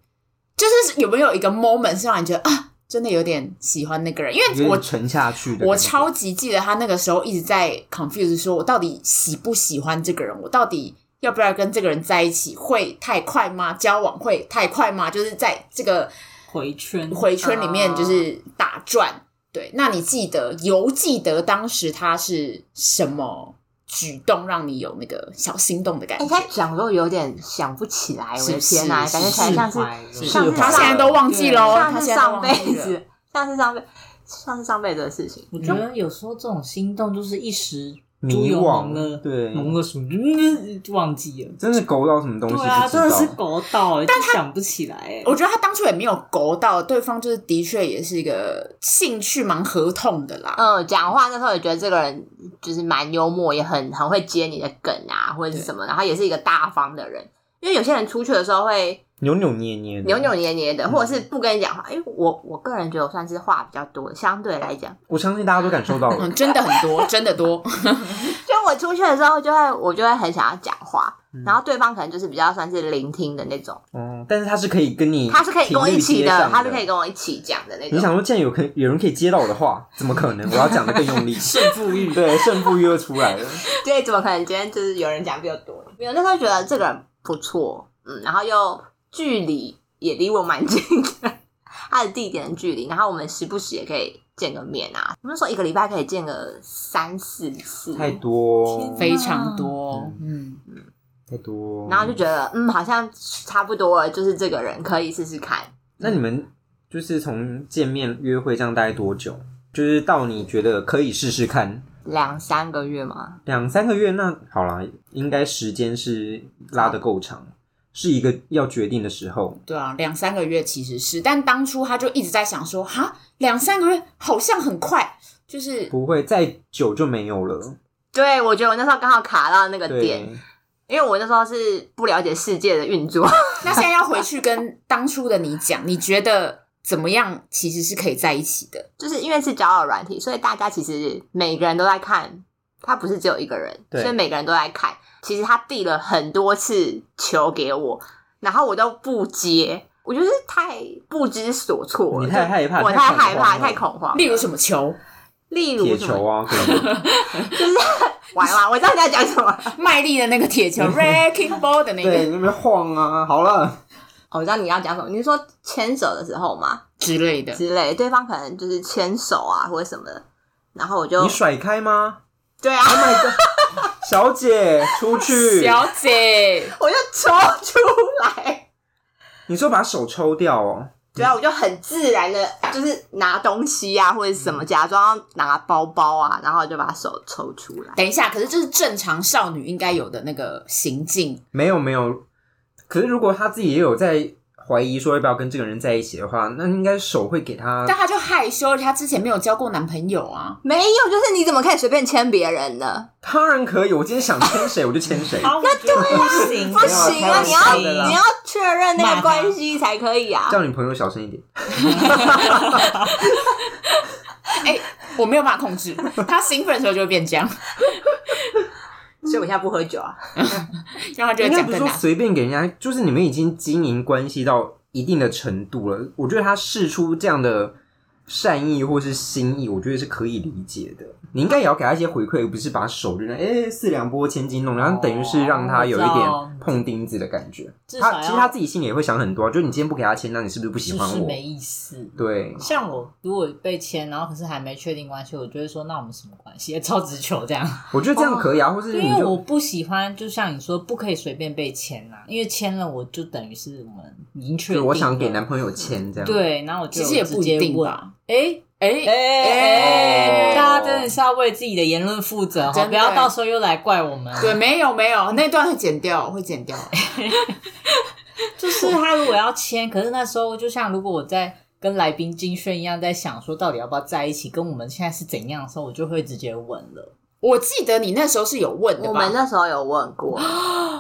Speaker 1: 就是有没有一个 moment 是让你觉得啊，真的有点喜欢那个人？因
Speaker 2: 有
Speaker 1: 为我
Speaker 2: 点沉下去的。
Speaker 1: 我超，级记得他那个时候一直在 confuse，说我到底喜不喜欢这个人？我到底要不要跟这个人在一起？会太快吗？交往会太快吗？就是在这个
Speaker 3: 回圈，
Speaker 1: 回圈里面就是打转。对，那你记得犹记得当时他是什么举动让你有那个小心动的感
Speaker 4: 哎，
Speaker 1: 觉？
Speaker 4: 他讲都有点想不起来，我
Speaker 1: 是
Speaker 4: 的天哪，
Speaker 1: 是
Speaker 2: 呃
Speaker 4: 感觉起
Speaker 1: 是
Speaker 4: 来像
Speaker 3: 释
Speaker 4: 是
Speaker 3: 怀了
Speaker 4: 像是
Speaker 1: 他现在都忘记喽，
Speaker 4: 像
Speaker 1: 他
Speaker 4: 是
Speaker 1: 现在都
Speaker 4: 上
Speaker 1: 忘记
Speaker 4: 辈
Speaker 1: 了。
Speaker 4: 子，像是上辈像是上辈子的事情。
Speaker 3: 我觉得有时候这种心动就是一时
Speaker 2: 迷
Speaker 3: 猪油
Speaker 2: 惘
Speaker 3: 蒙了，
Speaker 2: 对
Speaker 3: 蒙了什么，嗯忘记了。
Speaker 2: 真的勾到什么东西不
Speaker 3: 对
Speaker 2: 知
Speaker 3: 啊，
Speaker 2: 道，
Speaker 3: 真的是狗到欸，但想不起来欸。
Speaker 1: 我觉得他当初也没有勾到对方，就是的确也是一个兴趣蛮合同的啦。
Speaker 4: 嗯，讲话那时候也觉得这个人就是蛮幽默，也很很会接你的梗啊，或者是什么，然后也是一个大方的人。因为有些人出去的时候会
Speaker 2: 扭扭捏捏的，
Speaker 4: 扭扭捏捏的，或者是不跟你讲话。因为我我个人觉得我算是话比较多的，相对来讲，
Speaker 2: 我相信大家都感受到
Speaker 1: 嗯
Speaker 2: 了。
Speaker 1: 嗯，真的很多，真的多。
Speaker 4: 就我出去的时候就会我就会很想要讲话，然后对方可能就是比较算是聆听的那种，
Speaker 2: 哦，但是他是可以跟你，
Speaker 4: 他是可以跟我一起
Speaker 2: 的，
Speaker 4: 他是可以。跟我一起讲的那
Speaker 2: 你
Speaker 4: 种。
Speaker 2: 想说，既然有可有人可以接到我的话，怎么可能？我要讲的更用力。
Speaker 5: *laughs* 胜负欲，
Speaker 2: *laughs* 对，胜负欲又出来了。
Speaker 4: *laughs* 对，怎么可能今天就是有人讲比较多？没有，那时候觉得这个人不错，嗯，然后又距离也离我蛮近的，他的地点的距离，然后我们时不时也可以见个面啊。我们那时候一个礼拜可以见个三四次，
Speaker 2: 太多
Speaker 5: 天，
Speaker 1: 非常多，嗯，
Speaker 2: 太多。
Speaker 4: 然后就觉得嗯，好像差不多了，就是这个人可以试试看。
Speaker 2: 那你们就是从见面约会这样大概多久？就是到你觉得可以试试看
Speaker 4: 两三个月吗？
Speaker 2: 两三个月，那好啦，应该时间是拉的够长，是一个要决定的时候。
Speaker 1: 对啊，两三个月其实是，但当初他就一直在想说，哈，两三个月好像很快，就是
Speaker 2: 不会再久就没有了。
Speaker 4: 对，我觉得我那时候刚好卡到那个点，
Speaker 2: 对，
Speaker 4: 因为我那时候是不了解世界的运作，
Speaker 1: 那现在要回去跟当初的你讲，你觉得怎么样？其实是可以在一起的，
Speaker 4: 就是因为是交友软体，所以大家其实每个人都在看，他不是只有一个人，
Speaker 2: 对
Speaker 4: 所以每个人都在看。其实他递了很多次球给我，然后我都不接，我就是太不知所措了，
Speaker 2: 你太害怕
Speaker 4: 就我
Speaker 2: 太
Speaker 4: 太
Speaker 2: 恐
Speaker 4: 害怕，
Speaker 2: 慌了
Speaker 4: 太恐慌。
Speaker 1: 例如什么球、
Speaker 4: 例如
Speaker 2: 铁
Speaker 4: 什么
Speaker 2: 球
Speaker 4: *laughs*
Speaker 2: 啊，可能
Speaker 4: 就是完了，我知道你在讲什么了，
Speaker 1: 卖力的那个铁球 （wrecking ball） 的那
Speaker 2: 对，
Speaker 1: 个
Speaker 2: 那边晃啊。好了，
Speaker 4: 哦我知道你要讲什么。你是说牵手的时候吗？
Speaker 1: 之类的，
Speaker 4: 之类，对方可能就是牵手啊或者什么的，然后我就
Speaker 2: 你甩开吗？
Speaker 4: 对啊，
Speaker 2: 小姐，出去！
Speaker 1: 小姐，
Speaker 4: 我就抽出来。
Speaker 2: 你说把手抽掉哦，
Speaker 4: 对啊，我就很自然的，就是拿东西啊，或者什么，假装要拿包包啊，然后就把手抽出来。
Speaker 1: 等一下，可是这是正常少女应该有的那个行径，
Speaker 2: 没有没有。可是如果他自己也有在怀疑说要不要跟这个人在一起的话，那应该手会给他
Speaker 1: 但她就害羞，而且她之前没有交过男朋友啊。
Speaker 4: 没有，就是你怎么可以随便牵别人呢？
Speaker 2: 当然可以，我今天想牵谁我就牵谁。
Speaker 5: 那对啊，不行
Speaker 4: 不行
Speaker 2: 开
Speaker 4: 啊，
Speaker 2: 玩
Speaker 4: 你
Speaker 2: 笑
Speaker 4: 要
Speaker 2: 的啦
Speaker 4: 你要确认那
Speaker 3: 骂
Speaker 4: 个
Speaker 3: 他
Speaker 4: 关系才可以啊。
Speaker 2: 叫你朋友小声一点。
Speaker 1: *laughs* 哎、我没有办法控制，她兴奋的时候就会变这样，
Speaker 4: 所以我现在不喝酒啊。
Speaker 1: 然后她就
Speaker 2: 应
Speaker 1: 会
Speaker 2: 该
Speaker 1: 讲
Speaker 2: 不是
Speaker 1: 更
Speaker 2: 说
Speaker 1: 难。
Speaker 2: 随便给人家，就是你们已经经营关系到一定的程度了。我觉得他试出这样的善意或是心意，我觉得是可以理解的。你应该也要给他一些回馈，不是把手就那哎四两拨千斤弄，然后等于是让他有一
Speaker 3: 哦我知
Speaker 2: 点
Speaker 3: 道
Speaker 2: 碰钉子的感觉。
Speaker 3: 至少
Speaker 2: 他
Speaker 3: 要
Speaker 2: 其实他自己心里也会想很多啊、就是你今天不给他签，那你是不是不喜
Speaker 3: 就
Speaker 2: 欢
Speaker 3: 是
Speaker 2: 我？
Speaker 3: 没意思。
Speaker 2: 对，
Speaker 3: 像我如果被签，然后可是还没确定关系，我就会说那我们什么关系？超直球这样，
Speaker 2: 我觉得这样可以啊，或是
Speaker 3: 哦因
Speaker 2: 你
Speaker 3: 为我
Speaker 2: 就
Speaker 3: 不喜欢，就像你说，不可以随便被签啦、因为签了我就等于是我们已经确
Speaker 2: 就是
Speaker 3: 定了。
Speaker 2: 我想给男朋友签这样。，
Speaker 3: 对，然后我就
Speaker 1: 其实也不
Speaker 3: 直
Speaker 1: 一
Speaker 3: 接
Speaker 1: 定
Speaker 3: 问，
Speaker 1: 吧。
Speaker 3: 哎、
Speaker 1: 哎、
Speaker 3: 哎哎
Speaker 1: 哎
Speaker 3: 大家真的是要为自己的言论负责
Speaker 1: 真
Speaker 3: 哈，
Speaker 1: 的
Speaker 3: 不要到时候又来怪我们。
Speaker 1: 对，，没有没有，那段会剪掉，会剪掉。哎
Speaker 3: 就是他如果要签，可是那时候就像如果我在跟来宾金轩一样，在想说到底要不要在一起，跟我们现在是怎样的时候，我就会直接问了。
Speaker 1: 我记得你那时候是有问的吧？
Speaker 4: 我们那时候有问过，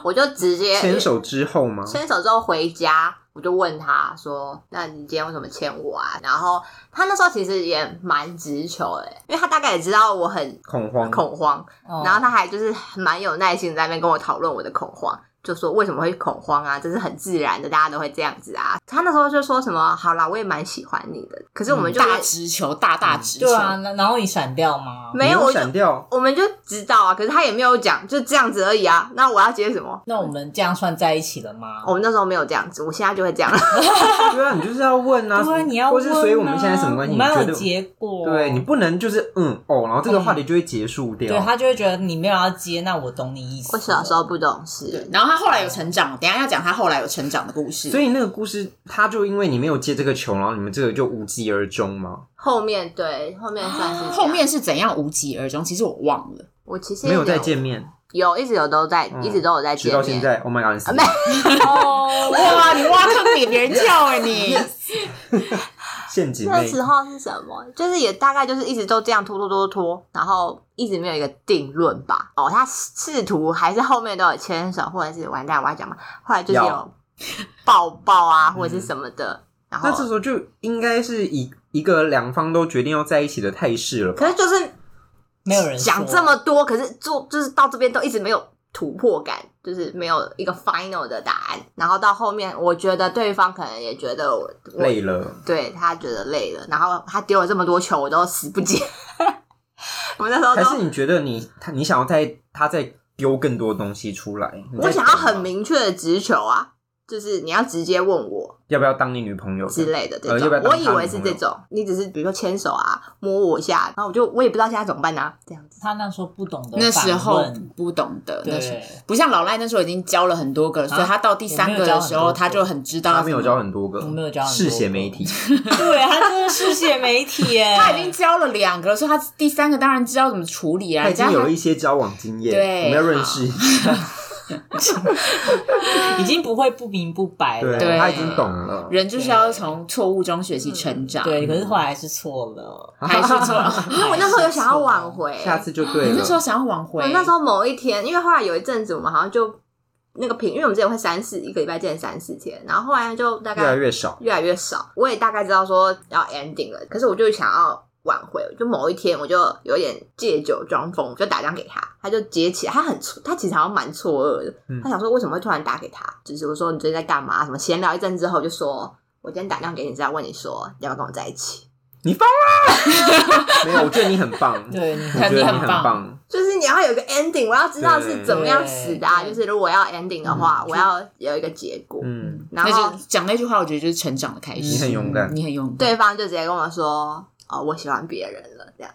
Speaker 4: 我就直接
Speaker 2: 牵手之后吗？
Speaker 4: 牵手之后回家，我就问他说：“那你今天为什么牵我啊？”然后他那时候其实也蛮直球的，因为他大概也知道我很
Speaker 2: 恐慌，
Speaker 4: 恐慌，
Speaker 3: 哦
Speaker 4: 然后他还就是蛮有耐心地在那边跟我讨论我的恐慌，就说为什么会恐慌啊，这是很自然的，大家都会这样子啊。他那时候就说什么，好啦，我也蛮喜欢你的，可是我们
Speaker 2: 嗯
Speaker 4: 就
Speaker 1: 大
Speaker 4: 是、
Speaker 1: 直球，大大直球。
Speaker 3: 对啊，那然后你闪掉吗？
Speaker 4: 没有，
Speaker 2: 你
Speaker 4: 我就
Speaker 2: 闪掉。
Speaker 4: 我们就知道啊，可是他也没有讲，就这样子而已啊。那我要接什么？
Speaker 3: 那我们这样算在一起了吗？
Speaker 4: 我们那时候没有这样子，我现在就会这样 *laughs* 了。
Speaker 2: *laughs* 对啊，你就是要问啊，
Speaker 3: 对啊，你要
Speaker 2: 或
Speaker 3: 问
Speaker 2: 是
Speaker 3: 啊、
Speaker 2: 所以我们现在什么关系？你
Speaker 3: 我们要
Speaker 2: 觉
Speaker 3: 有
Speaker 2: 得
Speaker 3: 结果。
Speaker 2: 对你不能就是嗯哦，然后这个话题就会结束掉。
Speaker 3: 对他就会觉得你没有要接，那我懂你意思了。
Speaker 4: 我小时候不懂
Speaker 1: 对
Speaker 4: 事，
Speaker 1: 然后他后来有成长，等一下要讲他后来有成长的故事。
Speaker 2: 所以那个故事，他就因为你没有接这个球，然后你们这个就无疾而终嘛，
Speaker 4: 后面对后面算是这样
Speaker 1: 后面是怎样无疾而终？其实我忘了。
Speaker 4: 我其实
Speaker 2: 没有再
Speaker 4: 在
Speaker 2: 见，面，嗯
Speaker 4: 有一直有都在，一直都有在
Speaker 2: 直
Speaker 4: 见
Speaker 2: 到
Speaker 4: 面。啊
Speaker 2: 现在。Oh my god！你死了
Speaker 4: *laughs*
Speaker 3: 哦，
Speaker 1: 哇，你挖坑给别人跳哎、 *laughs* 你！
Speaker 2: 陷阱
Speaker 4: 那
Speaker 2: 妹，
Speaker 4: 时候是什么？就是也大概就是一直都这样拖拖拖拖，然后一直没有一个定论吧。哦，他试图还是后面都有牵手，或者是完蛋我要讲嘛，后来就是有
Speaker 2: 要嗯
Speaker 4: 抱抱啊，或者是什么的。然
Speaker 2: 那这时
Speaker 4: 后，
Speaker 2: 候就应该是一一个两方都决定要在一起的态势了吧
Speaker 4: 可是就是
Speaker 3: 没有人说
Speaker 4: 讲这么多，可是做就是到这边都一直没有突破感，就是没有一个 final 的答案。然后到后面，我觉得对方可能也觉得我我
Speaker 2: 累了，
Speaker 4: 对他觉得累了，然后他丢了这么多球，我都死不接。 *laughs* 我那时候
Speaker 2: 还是
Speaker 4: 都，
Speaker 2: 你觉得你他你想要在他再丢更多东西出来？你在
Speaker 4: 我想要
Speaker 2: 等吗
Speaker 4: 很，明确的直球啊，就是你要直接问我
Speaker 2: 要不要当你女朋友
Speaker 4: 之？类的这
Speaker 2: 呃要
Speaker 4: 种
Speaker 2: 不要，当
Speaker 4: 我
Speaker 2: 他
Speaker 4: 以为是
Speaker 2: 女朋
Speaker 4: 这
Speaker 2: 友
Speaker 4: 种，你只是比如说牵手啊，摸我一下，然后我就我也不知道现在怎么办啊，这样子。
Speaker 3: 他那时候不懂得
Speaker 1: 那时候
Speaker 3: 反问
Speaker 1: 不懂得，那时候
Speaker 3: 对，
Speaker 1: 不像老赖那时候已经教了很多个了，所以他到第三个的时候，
Speaker 3: 我没有教很多个
Speaker 1: 他就很知道
Speaker 2: 他
Speaker 1: 要
Speaker 2: 没有
Speaker 1: 怎么
Speaker 2: 教很多个，
Speaker 3: 我没有教很多
Speaker 2: 嗜
Speaker 3: 个
Speaker 2: 血媒体，
Speaker 3: *laughs* 对他真的是写媒体
Speaker 4: *laughs*
Speaker 3: 耶，
Speaker 1: 他已经教了两个了，所以他第三个当然知道怎么处理啊。
Speaker 2: 他已经
Speaker 1: 人家
Speaker 2: 有了一些交往经验，
Speaker 1: 对
Speaker 2: 我们要认识一下，
Speaker 3: 已经不会不明不白了。
Speaker 1: 对
Speaker 2: 他已经懂了。
Speaker 1: 人就是要从错误中学习成
Speaker 2: 嗯
Speaker 1: 长，，
Speaker 3: 对，可是后来还是
Speaker 2: *laughs*
Speaker 3: 错了。
Speaker 1: 还是
Speaker 3: *laughs*
Speaker 1: 错。
Speaker 3: 因为
Speaker 2: 哦
Speaker 4: 我那时候有想要挽，回，
Speaker 2: 啊下次就啊对
Speaker 1: *laughs* 你
Speaker 2: 了。
Speaker 1: 那时候想要挽回
Speaker 4: 我，哦那时候某一天，因为后来有一阵子，我们好像就那个频，因为我们之前会三四一个礼拜见三四天，然后后来就大概
Speaker 2: 越来越少，
Speaker 4: 越来越少。我也大概知道说要 ending 了，可是我就想要挽回，就某一天我就有点借酒装疯，我就打电话给他，他就接起来，他很错，他其实好像蛮错愕的，
Speaker 2: 嗯
Speaker 4: 他想说为什么会突然打给他，只是我说你最近在干嘛，什么闲聊一阵之后就说。我今天打电话给你是要问你说要不要跟我在一起，
Speaker 2: 你疯了！没有，我觉得你很棒，
Speaker 3: *laughs* 对，你
Speaker 2: 我觉
Speaker 1: 你
Speaker 2: 得
Speaker 1: 很
Speaker 2: 你很
Speaker 1: 棒
Speaker 2: 棒。
Speaker 4: 就是你要有一个 ending，我要知道
Speaker 2: 对
Speaker 4: 是怎么样死的、啊。
Speaker 3: 对
Speaker 4: 就是如果要 ending 的话，
Speaker 3: 嗯
Speaker 4: 我要有一个结果。
Speaker 2: 嗯，
Speaker 4: 然
Speaker 1: 那
Speaker 4: 后
Speaker 1: 就讲那句话，我觉得就是成长的开始。
Speaker 2: 你很勇敢
Speaker 1: 你很勇敢，
Speaker 4: 对方就直接跟我说：“哦，我喜欢别人了。”这样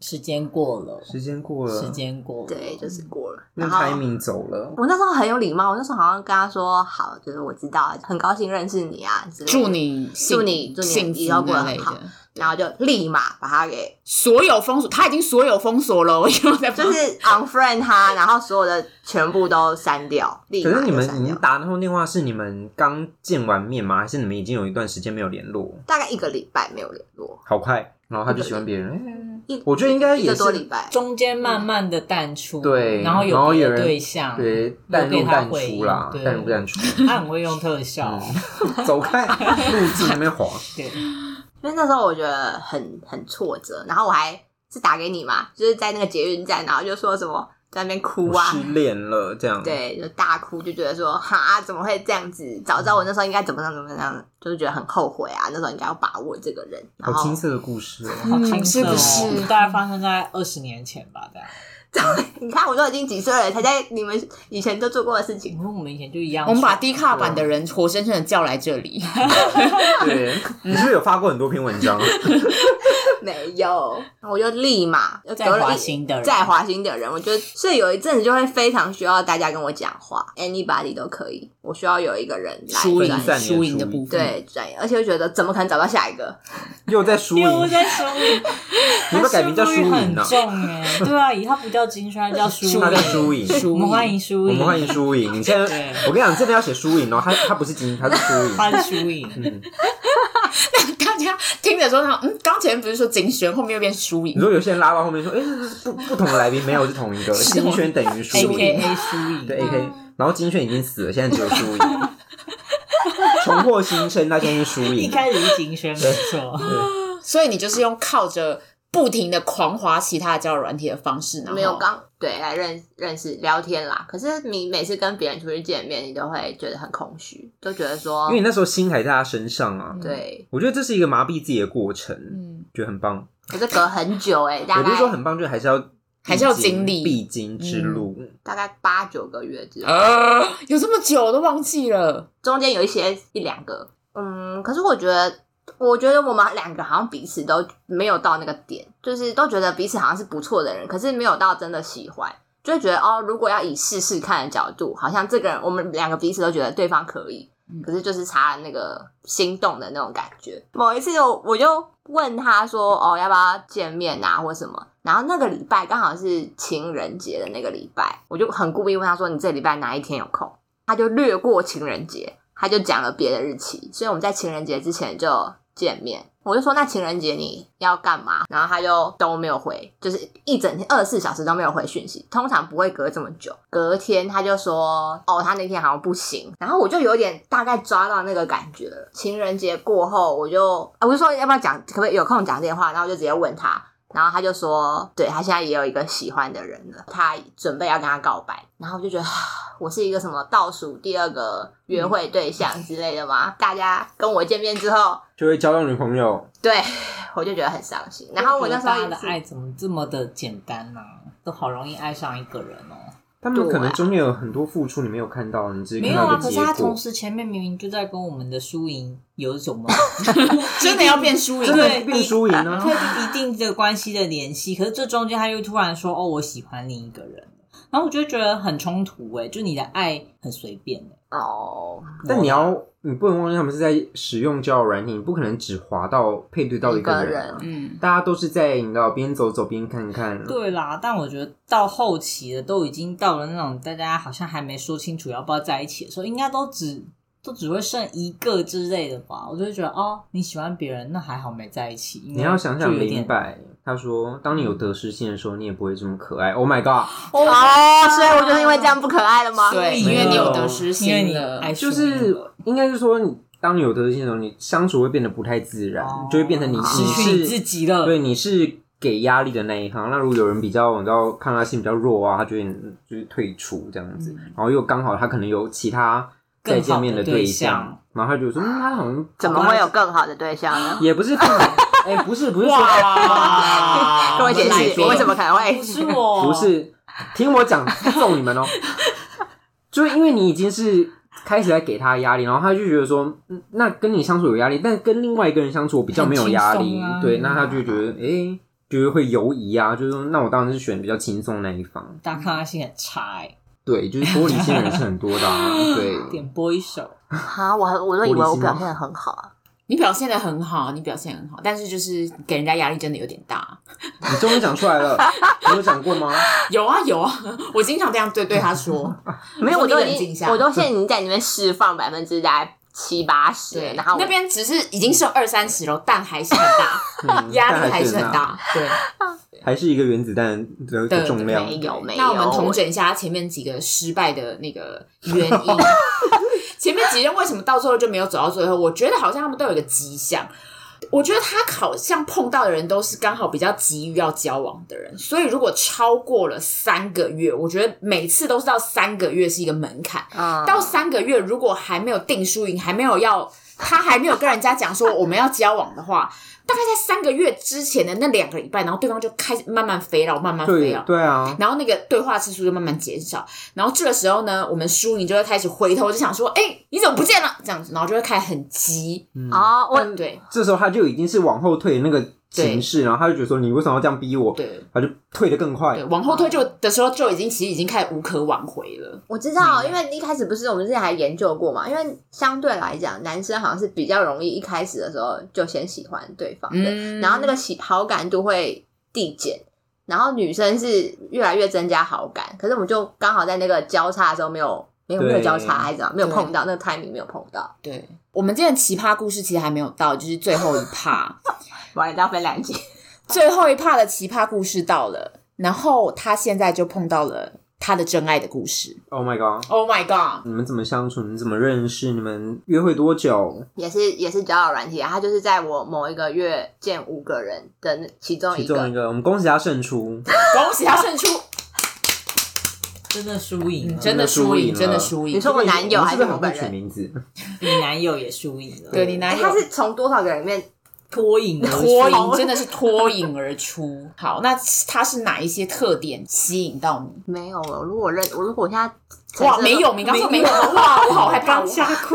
Speaker 3: 时间过了，
Speaker 2: 时间过了，
Speaker 3: 时间过了，
Speaker 4: 对，就是过了。
Speaker 2: 那
Speaker 4: 然
Speaker 2: t
Speaker 4: 后
Speaker 2: i 走了，
Speaker 4: 我那时候很有礼貌，我那时候好像跟他说：“好，就是我知道，很高兴认识你啊，之类的
Speaker 1: 祝。你幸
Speaker 4: 祝你祝你
Speaker 1: 幸
Speaker 4: 以后
Speaker 1: 福
Speaker 4: 过得
Speaker 1: 那
Speaker 4: 很
Speaker 1: 类
Speaker 4: 好
Speaker 1: 的。”
Speaker 4: 然后就立马把他给
Speaker 1: 所有封锁，他已经所有封锁了，我以后再
Speaker 4: 就是 unfriend 他，然后所有的全部都删掉，立
Speaker 2: 可
Speaker 4: 马
Speaker 2: 是你
Speaker 4: 就
Speaker 2: 们
Speaker 4: 删
Speaker 2: 你
Speaker 4: 掉
Speaker 2: 们。打那通电话是你们刚见完面吗？还是你们已经有一段时间没有联络？
Speaker 4: 大概一个礼拜没有联络，
Speaker 2: 好快，然后他就喜欢别人。哎
Speaker 4: 一
Speaker 2: 我觉得应该也
Speaker 4: 一个多
Speaker 2: 是
Speaker 4: 礼拜。
Speaker 3: 中间慢慢的淡出，
Speaker 2: 对
Speaker 3: 然后
Speaker 2: 然后
Speaker 3: 别
Speaker 2: 有
Speaker 3: 的
Speaker 2: 人
Speaker 3: 对象，
Speaker 2: 哎对，淡入淡
Speaker 3: 有给
Speaker 2: 出
Speaker 3: 他
Speaker 2: 啦
Speaker 3: 回应，对
Speaker 2: 淡入淡出。
Speaker 3: 他很会用特效，
Speaker 2: 嗯 *laughs* 走开，路径那边滑。
Speaker 3: 对，
Speaker 4: 因为那时候我觉得很很挫折，然后我还是打给你嘛，就是在那个捷运站，然后就说什么在那边哭
Speaker 2: 我
Speaker 4: 啊，
Speaker 2: 失恋了，这样。，
Speaker 4: 对，就大哭，就觉得说哈怎么会这样子？早知道我那时候应该怎么样怎么样，就是觉得很后悔啊，那时候应该要把握这个人。然
Speaker 2: 好
Speaker 4: 后
Speaker 2: 青
Speaker 4: *laughs*
Speaker 2: 涩的故事哦。
Speaker 3: 好青涩
Speaker 1: 是不
Speaker 3: 哦
Speaker 1: 是，
Speaker 3: 大概发生在二十年前吧，这样，
Speaker 4: 你看我都已经几岁了，才在你们以前都做过的事情
Speaker 3: 因。为我们以前就一样，
Speaker 1: 我们把低卡版的人活生生的叫来这
Speaker 4: *laughs*
Speaker 1: 里，
Speaker 2: 对，你是不是有发过很多篇文章？
Speaker 4: 没有，我就立马又
Speaker 3: 在
Speaker 4: 得了
Speaker 3: 华
Speaker 4: 一
Speaker 3: 新的人，
Speaker 4: 在华兴的人，我觉得是有一阵子就会非常需要大家跟我讲话，anybody 都可以，我需要有一个人来
Speaker 1: 输
Speaker 2: 分
Speaker 1: 赢
Speaker 4: 转移
Speaker 2: 散你的
Speaker 1: 输赢
Speaker 2: 注
Speaker 1: 的
Speaker 2: 意
Speaker 1: 部分。
Speaker 4: 对转移，而且我觉得怎么可能找到下一个？
Speaker 2: 又在
Speaker 3: *laughs*
Speaker 2: 输赢，
Speaker 3: 又
Speaker 2: 你
Speaker 3: 在输赢，
Speaker 2: 要不要改名叫输赢啊
Speaker 3: 很
Speaker 2: 呢？
Speaker 3: 重哎，对啊，以后不叫金川，叫输
Speaker 2: 他叫
Speaker 3: 赢，
Speaker 2: 输赢。
Speaker 1: 输
Speaker 3: 我们欢迎输
Speaker 2: 我
Speaker 3: 赢，
Speaker 2: 们欢迎输赢。你现在，
Speaker 3: 对
Speaker 2: 我跟你讲，真的要写输赢哦，他他不是精英，他是输赢。
Speaker 3: 欢迎输赢，
Speaker 2: 嗯，
Speaker 1: *laughs* 大家听着说，嗯，刚前面不是说金轩，后面又变输
Speaker 2: 你
Speaker 1: 赢，
Speaker 2: 说有些人拉到后面说，哎，不不同的来宾没有是同一个，
Speaker 1: 是
Speaker 2: 金圈等于输
Speaker 3: A
Speaker 2: 赢
Speaker 3: K。A 输赢，
Speaker 2: 对 AK，然后金圈已经死了，现在只有输赢。重获新生，那天是输
Speaker 3: 一
Speaker 2: 赢。
Speaker 3: 开始是金轩没错，
Speaker 1: 所以你就是用靠着不停的狂滑其他的交友软体的方式，然后
Speaker 4: 没有刚对来认认识聊天啦。可是你每次跟别人出去见面，你都会觉得很空虚，都觉得说
Speaker 2: 因为你那时候心还在他身上啊。
Speaker 4: 对，
Speaker 2: 我觉得这是一个麻痹自己的过程，
Speaker 1: 嗯，
Speaker 2: 觉得很棒。
Speaker 4: 可是隔很久哎、大
Speaker 2: 也不是说
Speaker 4: 概
Speaker 2: 很棒，就是还是要
Speaker 1: 还是要
Speaker 2: 必经
Speaker 1: 经历
Speaker 2: 必经之路。
Speaker 4: 大概八九个月
Speaker 2: 啊
Speaker 4: 之后，
Speaker 1: 呃，有这么久我都忘记了，
Speaker 4: 中间有一些一两个，嗯，可是我觉得。我觉得我们两个好像彼此都没有到那个点，就是都觉得彼此好像是不错的人，可是没有到真的喜欢，就会觉得哦，如果要以试试看的角度，好像这个人我们两个彼此都觉得对方可以，
Speaker 1: 嗯
Speaker 4: 可是就是差了那个心动的那种感觉。某一次我我就问他说：“哦，要不要见面啊，或什么？”然后那个礼拜刚好是情人节的那个礼拜，我就很故意问他说：“你这礼拜哪一天有空？”他就略过情人节，他就讲了别的日期，所以我们在情人节之前就见面。我就说那情人节你要干嘛？然后他就都没有回，就是一整天二十四小时都没有回讯息，通常不会隔这么久。隔天他就说哦，他那天好像不行。然后我就有点大概抓到那个感觉了。情人节过后，我就、啊、我就说要不要讲，可不可以有空讲电话？然后我就直接问他，然后他就说，对他现在也有一个喜欢的人了，他准备要跟他告白。然后我就觉得，啊 *sighs* 我是一个什么倒数第二个约会对象之类的吗？大家跟我见面之后，
Speaker 2: 就会交到女朋友。
Speaker 4: 对我就觉得很伤心。然后我那时候
Speaker 3: 大家
Speaker 4: 也
Speaker 3: 的
Speaker 4: 是
Speaker 3: 爱怎么这么的简单呢、都好容易爱上一个人哦。
Speaker 2: 他们可
Speaker 4: 对
Speaker 2: 能中间有很多付出，你没有看到，你只是
Speaker 3: 没
Speaker 2: 看
Speaker 3: 有啊，
Speaker 2: 到一
Speaker 3: 可
Speaker 2: 个
Speaker 3: 是
Speaker 2: 结
Speaker 3: 他同
Speaker 2: 果。
Speaker 3: 时前面明明就在跟我们的输赢有什么
Speaker 1: *laughs* 真的要变输赢
Speaker 2: 真
Speaker 1: 对
Speaker 2: 的
Speaker 3: 对
Speaker 2: 变输赢啊呢？
Speaker 3: 可以一定的关系的联系，可是这中间他又突然说哦，我喜欢另一个人，然后我就觉得很冲突哎、就你的爱很随便哎、
Speaker 4: 哦，
Speaker 2: 但你要，你不能忘记他们是在使用交友软体，你不可能只滑到配对到一个
Speaker 4: 一个
Speaker 2: 人啊。
Speaker 1: 嗯，
Speaker 2: 大家都是在你知道边走走边看看，
Speaker 3: 对啦，但我觉得到后期了，都已经到了那种大家好像还没说清楚要不要在一起的时候，应该都只都只会剩一个之类的吧。我就会觉得哦，你喜欢别人，那还好没在一起。因为
Speaker 2: 你要想想
Speaker 3: 就有点
Speaker 2: 明。白。他说，当你有得失心的时候，你也不会这么可爱。Oh my god！
Speaker 4: 哦，所以我就是因为这样不可爱了吗？
Speaker 1: 对，因
Speaker 3: 没有
Speaker 1: 为你哎有得失
Speaker 3: 因为
Speaker 1: 心
Speaker 3: 你
Speaker 1: 了，
Speaker 3: 爱
Speaker 2: 就
Speaker 3: 上了
Speaker 2: 是应该是说，你当你有得失心的时候，你相处会变得不太自然，
Speaker 3: 哦
Speaker 2: 就会变成你
Speaker 3: 失去
Speaker 2: 你
Speaker 3: 你
Speaker 2: 是
Speaker 3: 自己了。
Speaker 2: 对，你是给压力的那一行。那如果有人比较，你知道抗压性比较弱啊，他就会就是退出这样子。
Speaker 3: 嗯
Speaker 2: 然后又刚好他可能有其他再
Speaker 3: 更好
Speaker 2: 见
Speaker 3: 的
Speaker 2: 面
Speaker 3: 对
Speaker 2: 象，
Speaker 3: 象
Speaker 2: 然后他就说，嗯，他好像
Speaker 4: *laughs* 怎么会有更好的对象
Speaker 2: *laughs*
Speaker 4: 呢？
Speaker 2: 也不是更好，哎、不是不是说，
Speaker 1: 哇
Speaker 4: 跟我解
Speaker 1: 来
Speaker 4: 释
Speaker 1: 宾
Speaker 4: 为什么可能会
Speaker 3: 不是
Speaker 1: 哦
Speaker 2: 不
Speaker 3: 我，
Speaker 2: 是，听我讲，揍你
Speaker 1: *laughs*
Speaker 2: 们哦！就是因为你已经是开始在给他压力，然后他就觉得说，嗯那跟你相处有压力，但跟另外一个人相处我比较没有压
Speaker 3: 很
Speaker 2: 力，
Speaker 3: 轻松啊
Speaker 2: 对，那他就觉得，哎、就是会犹疑啊，就是说，那我当然是选比较轻松那一方，
Speaker 3: 大家抗压性很差哎、
Speaker 2: 对，就是玻璃心的人是很多的、
Speaker 1: *laughs*
Speaker 2: 啊，对，
Speaker 3: 点播一首，
Speaker 4: 啊？我我都以为我表现的很好啊，
Speaker 1: 你表现的很好，你表现得很好，但是就是给人家压力真的有点大。
Speaker 2: 你终于讲出来了，你有讲过吗？
Speaker 1: 有啊有啊， *laughs* 我经常这样对对他说，
Speaker 4: *laughs* 没有，
Speaker 1: 说
Speaker 4: 我
Speaker 1: 你
Speaker 4: 都
Speaker 1: 冷静
Speaker 4: 已
Speaker 1: 一
Speaker 4: 经，
Speaker 1: 下
Speaker 4: 我都现在已经在里面释放百分之大概七八十了，
Speaker 1: 对，
Speaker 4: 然后我
Speaker 1: 那边只是已经是有二三十了，但还是很
Speaker 4: *laughs*
Speaker 1: 大，
Speaker 2: 嗯
Speaker 1: *laughs* 压力还是很
Speaker 2: 大。
Speaker 1: 大。对，
Speaker 2: 还是一个原子弹的
Speaker 1: 对
Speaker 2: 重量，
Speaker 4: 没有没有。
Speaker 1: 那我们统整一下前面几个失败的那个原因。
Speaker 4: *laughs*
Speaker 1: 前面几任为什么到最后就没有走到最后？我觉得好像他们都有一个迹象。我觉得他好像碰到的人都是刚好比较急于要交往的人，所以如果超过了三个月，我觉得每次都是到三个月是一个门槛。
Speaker 4: 嗯
Speaker 1: 到三个月，如果还没有定输赢，还没有要他还没有跟人家讲说我们要交往的话，大概在三个月之前的那两个礼拜，然后对方就开始慢慢肥了，慢慢肥
Speaker 2: 对
Speaker 1: 了。
Speaker 2: 对啊，
Speaker 1: 然后那个对话次数就慢慢减少，然后这个时候呢，我们输赢就会开始回头就想说，哎、你怎么不见了？这样子，然后就会开始很急，
Speaker 2: 嗯
Speaker 4: 哦，我
Speaker 1: 对
Speaker 2: 这时候他就已经是往后退的那个情势，然后他就觉得说你为什么要这样逼我？
Speaker 1: 对
Speaker 2: 他就退得更快
Speaker 1: 对，。往后退就
Speaker 4: 啊
Speaker 1: 的时候就已经其实已经开始无可挽回了，
Speaker 4: 我知道，因为一开始不是我们之前还研究过嘛，因为相对来讲，男生好像是比较容易一开始的时候就先喜欢啊对方的，
Speaker 1: 嗯，
Speaker 4: 然后那个喜好感度会递减，然后女生是越来越增加好感，可是我们就刚好在那个交叉的时候没有没有
Speaker 2: 对
Speaker 4: 没有交叉还是怎么样没有
Speaker 1: 对
Speaker 4: 碰到那个 timing 没有碰到，
Speaker 1: 对。我们今天的奇葩故事其实还没有到，就是最后一趴，
Speaker 4: 我还浪费两集，
Speaker 1: 最后一趴的奇葩故事到了，然后他现在就碰到了他的真爱的故事。
Speaker 2: Oh my god！
Speaker 1: Oh my god！
Speaker 2: 你们怎么相处？你们怎么认识？你们约会多久？
Speaker 4: 也是也是交友软体啊，他就是在我某一个月见五个人的那其中
Speaker 2: 其
Speaker 4: 一
Speaker 2: 中一
Speaker 4: 个，
Speaker 2: 个，我们恭喜他胜出，
Speaker 1: 恭喜他胜出，
Speaker 3: *laughs* 真的输赢了，
Speaker 1: 嗯真的输赢，
Speaker 2: 真
Speaker 1: 真
Speaker 2: 的
Speaker 1: 的
Speaker 2: 输
Speaker 1: 输
Speaker 4: 你
Speaker 1: 赢。
Speaker 4: 说我男友
Speaker 2: 们是不是
Speaker 4: 还是
Speaker 2: 很
Speaker 4: 我
Speaker 2: 会
Speaker 4: 本
Speaker 2: 取
Speaker 4: 人
Speaker 2: 名字？
Speaker 3: 你男友也输赢了，
Speaker 1: 对你男
Speaker 4: 哎
Speaker 1: 友，
Speaker 4: 他是从多少个人里面
Speaker 3: 脱颖而出
Speaker 1: 脱颖，真的是脱颖而出。好，那他是哪一些特点吸引到你？
Speaker 4: 没有了？如果我认我如果我现在
Speaker 1: 哇，没有，你刚说没有，哇，我好害怕，我吓哭。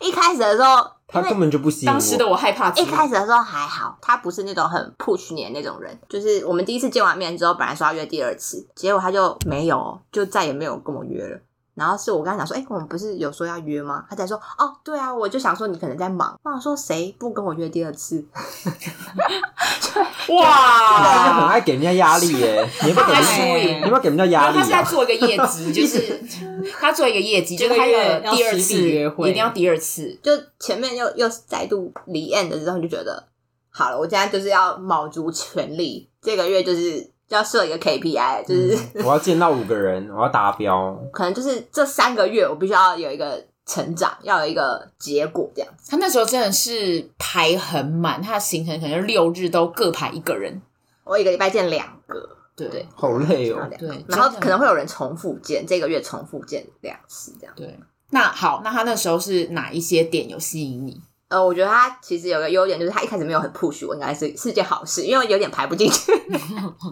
Speaker 4: 一开始的时候，
Speaker 2: 他根本就不吸引
Speaker 1: 当时的
Speaker 2: 我。
Speaker 1: 我害怕极
Speaker 4: 一
Speaker 1: 了，
Speaker 4: 开始的时候还好，他不是那种很 push 你的那种人。就是我们第一次见完面之后，本来说要约第二次，结果他就没有，哦就再也没有跟我约了。然后是我跟他讲说，哎、我们不是有说要约吗？他才说，哦，对啊，我就想说你可能在忙。那我说谁不跟我约第二次？
Speaker 2: 你真的很
Speaker 1: 哇。
Speaker 2: 爱给人家压力耶！你要不要给
Speaker 1: 他
Speaker 2: 人
Speaker 1: 输
Speaker 2: 家？
Speaker 1: 赢
Speaker 2: 你要不要给人家压
Speaker 1: 然后他是
Speaker 2: 力
Speaker 1: 在
Speaker 2: 啊？
Speaker 1: 做一个业绩，就是他做一个业绩，就是他有第二次
Speaker 3: 这个月要实体约会
Speaker 1: 一定要第二次，
Speaker 4: 就前面又又再度离 end 的时候，你就觉得好了，我现在就是要卯足全力，这个月就是要设一个 KPI，就是、
Speaker 2: *laughs* 嗯我要见到五个人，我要达标。
Speaker 4: 可能就是这三个月我必须要有一个成长，要有一个结果这样。
Speaker 1: 他那时候真的是排很满，他的行程可能六日都各排一个人，
Speaker 4: 我一个礼拜见两个，
Speaker 3: 对
Speaker 4: 对
Speaker 2: 好累哦。？
Speaker 4: 两个
Speaker 3: 对
Speaker 4: 然后
Speaker 3: 真的
Speaker 4: 可能会有人重复见，这个月重复见两次这样。
Speaker 3: 对，
Speaker 1: 那好，那他那时候是哪一些点有吸引你？
Speaker 4: 呃，我觉得他其实有个优点，就是他一开始没有很 push 我，应该是是件好事，因为有点排不进去， *laughs*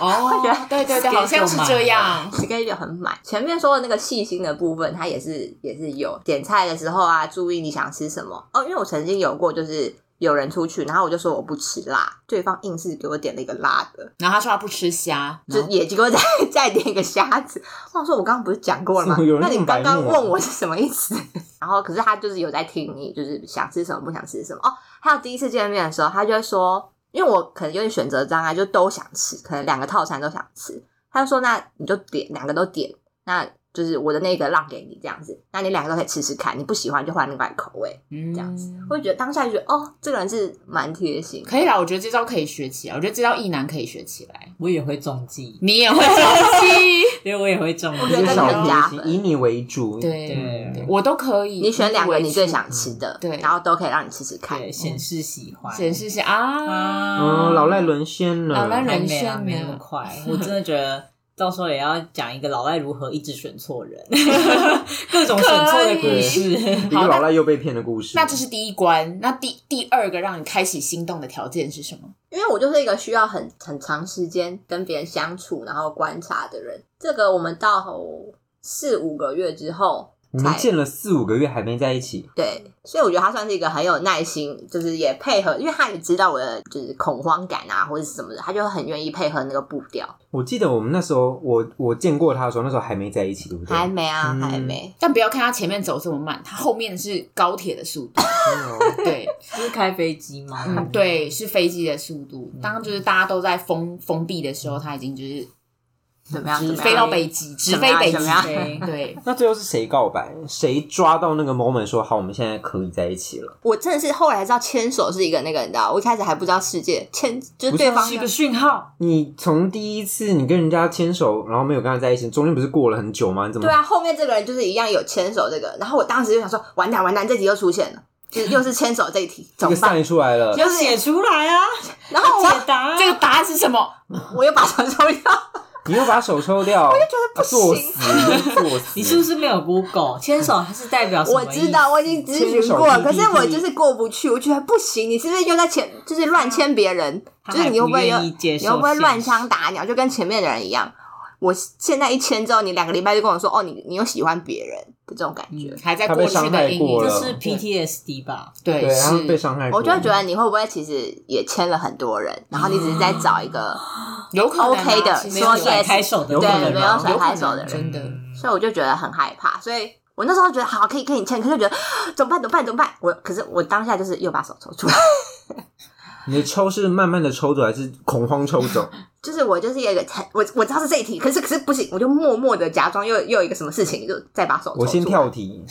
Speaker 1: 哦
Speaker 4: 觉得，
Speaker 1: 对对对，
Speaker 3: schedule
Speaker 1: 好像是这样。
Speaker 4: 这个就很满。前面说的那个细心的部分，他也是也是有点菜的时候啊，注意你想吃什么哦。因为我曾经有过，就是有人出去，然后我就说我不吃辣，对方硬是给我点了一个辣的，
Speaker 1: 然后他说他不吃虾，
Speaker 4: 就
Speaker 1: 然后
Speaker 4: 也结果再 *laughs* 再点一个虾子。我想说，我刚刚不是讲过了吗
Speaker 2: 有人
Speaker 4: 那
Speaker 2: 这
Speaker 4: 你
Speaker 2: 么白
Speaker 4: 刚
Speaker 2: 目
Speaker 4: 刚
Speaker 2: 啊
Speaker 4: 问我是什么意思？ *laughs* 然后可是他就是有在听你，就是想吃什么不想吃什么。哦，还有第一次见面的时候，他就会说，因为我可能有点选择障碍，就都想吃，可能两个套餐都想吃。他就说，那你就点两个都点，那就是我的那个让给你这样子，那你两个都可以吃吃看，你不喜欢就换另外口味。
Speaker 1: 嗯
Speaker 4: 这样子我就觉得当下就觉得，哦，这个人是蛮贴心的。
Speaker 1: 可以啦，我觉得这招可以学起来，我觉得这招意男可以学起来。
Speaker 3: 我也会中计，
Speaker 1: 你也会中计，
Speaker 4: *laughs*
Speaker 3: 因为我也会中计，
Speaker 4: 我觉
Speaker 2: 一
Speaker 4: 得
Speaker 2: 些
Speaker 4: 真的
Speaker 2: 小
Speaker 4: 很
Speaker 2: 提
Speaker 4: 加
Speaker 2: 醒，
Speaker 4: 分
Speaker 2: 以你为主。
Speaker 1: 对
Speaker 3: 对
Speaker 2: 嗯
Speaker 1: 我都可以。
Speaker 4: 你选两个
Speaker 1: 为
Speaker 4: 你最
Speaker 1: 主
Speaker 4: 想吃的，
Speaker 1: 对
Speaker 4: 然后都可以让你吃吃看。
Speaker 3: 对显示喜欢，
Speaker 1: 显示是啊，
Speaker 3: 啊，
Speaker 2: 嗯，老赖沦陷了。
Speaker 1: 老赖
Speaker 3: 还
Speaker 1: 沦
Speaker 3: 没啦
Speaker 1: 陷
Speaker 3: 没那
Speaker 1: 呢
Speaker 3: 么快，我真的觉得。到时候也要讲一个老赖如何一直选错人，各种选错的故
Speaker 2: 一
Speaker 3: 事。 *laughs*
Speaker 2: 个老赖又被骗的故事。
Speaker 1: 那这是第一关。那第第二个让你开启心动的条件是什么？
Speaker 4: 因为我就是一个需要很很长时间跟别人相处，然后观察的人。这个我们到四五个月之后
Speaker 2: 你们
Speaker 4: 才
Speaker 2: 见了四五个月还没在一起，
Speaker 4: 对，所以我觉得他算是一个很有耐心，就是也配合，因为他也知道我的就是恐慌感啊或者是什么的，他就很愿意配合那个步调。
Speaker 2: 我记得我们那时候，我我见过他的时候，那时候还没在一起，对不对？
Speaker 4: 还没啊，
Speaker 2: 嗯
Speaker 4: 还没，
Speaker 1: 但不要看他前面走这么慢，他后面是高铁的
Speaker 4: *laughs*
Speaker 1: 速度。
Speaker 2: 没有。
Speaker 1: 对，
Speaker 3: 是开飞机吗？
Speaker 1: 嗯，对，是飞机的速度。当就是大家都在封封闭的时候，他已经就是
Speaker 4: 怎么样？怎么样
Speaker 1: 飞到北极，直飞北
Speaker 4: 怎
Speaker 1: 极
Speaker 4: 么。样
Speaker 3: 怎么样
Speaker 1: 对，
Speaker 2: 那最后是谁告白？谁抓到那个 moment 说好，我们现在可以在一起了？
Speaker 4: 我真的是后来知道牵手是一个那个，你知道，我一开始还不知道世界牵就是
Speaker 2: 不是
Speaker 4: 对方
Speaker 3: 是一个讯号，
Speaker 2: 你从第一次你跟人家牵手，然后没有跟他在一起，中间不是过了很久吗？你怎么
Speaker 4: 对啊，后面这个人就是一样有牵手这个，然后我当时就想说，完蛋完蛋，这题又出现了，就是又是牵手这一题，
Speaker 2: *laughs* 这
Speaker 4: 怎
Speaker 2: 个
Speaker 4: 么办？
Speaker 2: 晒出来了？
Speaker 3: 要写出来啊，
Speaker 4: 然后我
Speaker 3: 解答啊
Speaker 1: 这个答案是什么？
Speaker 4: 我又把手抽掉，
Speaker 2: 你又把手抽掉，我就觉
Speaker 4: 得不行
Speaker 2: 作死，你就是作死
Speaker 3: 你是不是没有 Google 牵手？它是代表什么
Speaker 4: 我
Speaker 3: 意思？
Speaker 4: 知道我已经咨询过了，可是我就是过不去，我觉得不行，你是不是又在牵，就是乱牵别人，
Speaker 3: 他
Speaker 4: 就是
Speaker 3: 还
Speaker 4: 你会不会又
Speaker 3: 愿意接
Speaker 4: 你
Speaker 3: 受
Speaker 4: 会不会乱
Speaker 3: 现
Speaker 4: 枪打鸟，就跟前面的人一样。我现在一签之后，你两个礼拜就跟我说，哦，你你又喜欢别人的这种感觉，
Speaker 1: 嗯还在
Speaker 2: 他
Speaker 1: 过
Speaker 2: 被
Speaker 1: 去
Speaker 2: 伤害
Speaker 1: 的阴
Speaker 2: 过
Speaker 1: 影，
Speaker 2: 了
Speaker 3: 实？这是 PTSD 吧？
Speaker 1: 对，
Speaker 2: 对，他们被
Speaker 1: 是
Speaker 2: 伤害过，
Speaker 4: 我就会觉得你会不会其实也签了很多人，然后你只是在找一个，
Speaker 1: 有可能啊
Speaker 4: OK 的
Speaker 1: 其实
Speaker 3: 没有
Speaker 4: 说
Speaker 3: 甩
Speaker 4: yes
Speaker 3: 开手的
Speaker 2: 有
Speaker 4: 对
Speaker 2: 可能啊，
Speaker 4: 没有甩
Speaker 1: 有可
Speaker 4: 开
Speaker 1: 能
Speaker 4: 手的人，
Speaker 1: 真的
Speaker 3: 嗯
Speaker 4: 所以我就觉得很害怕，所以我那时候觉得好可以跟你签，可是我觉得 *gasps* 怎么办怎么办怎么办？我可是我当下就是又把手抽出来，
Speaker 2: 你的抽是慢慢的抽走，还是恐慌抽
Speaker 3: *laughs*
Speaker 2: 走？
Speaker 4: 就是我就是有一个很我我知道是这一题，可是可是不行，我就默默的假装又又有一个什么事情，就再把手抽出来
Speaker 2: 我先跳，题，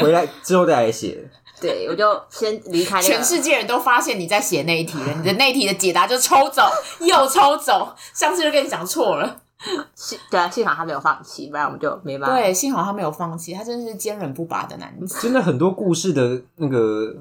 Speaker 2: 回来之后再来写。
Speaker 4: 对我就先离开那
Speaker 1: 全
Speaker 4: 个。
Speaker 1: 世界人都发现你在写那一题了，你
Speaker 2: *laughs*
Speaker 1: 的那一题的解答就抽走，又抽走，上次就跟你讲错了。
Speaker 4: 幸对啊，幸好他没有放弃，不然我们就没办法。，
Speaker 1: 对，幸好他没有放弃，他真的是坚韧不拔的男子。
Speaker 2: 真的很多故事的那个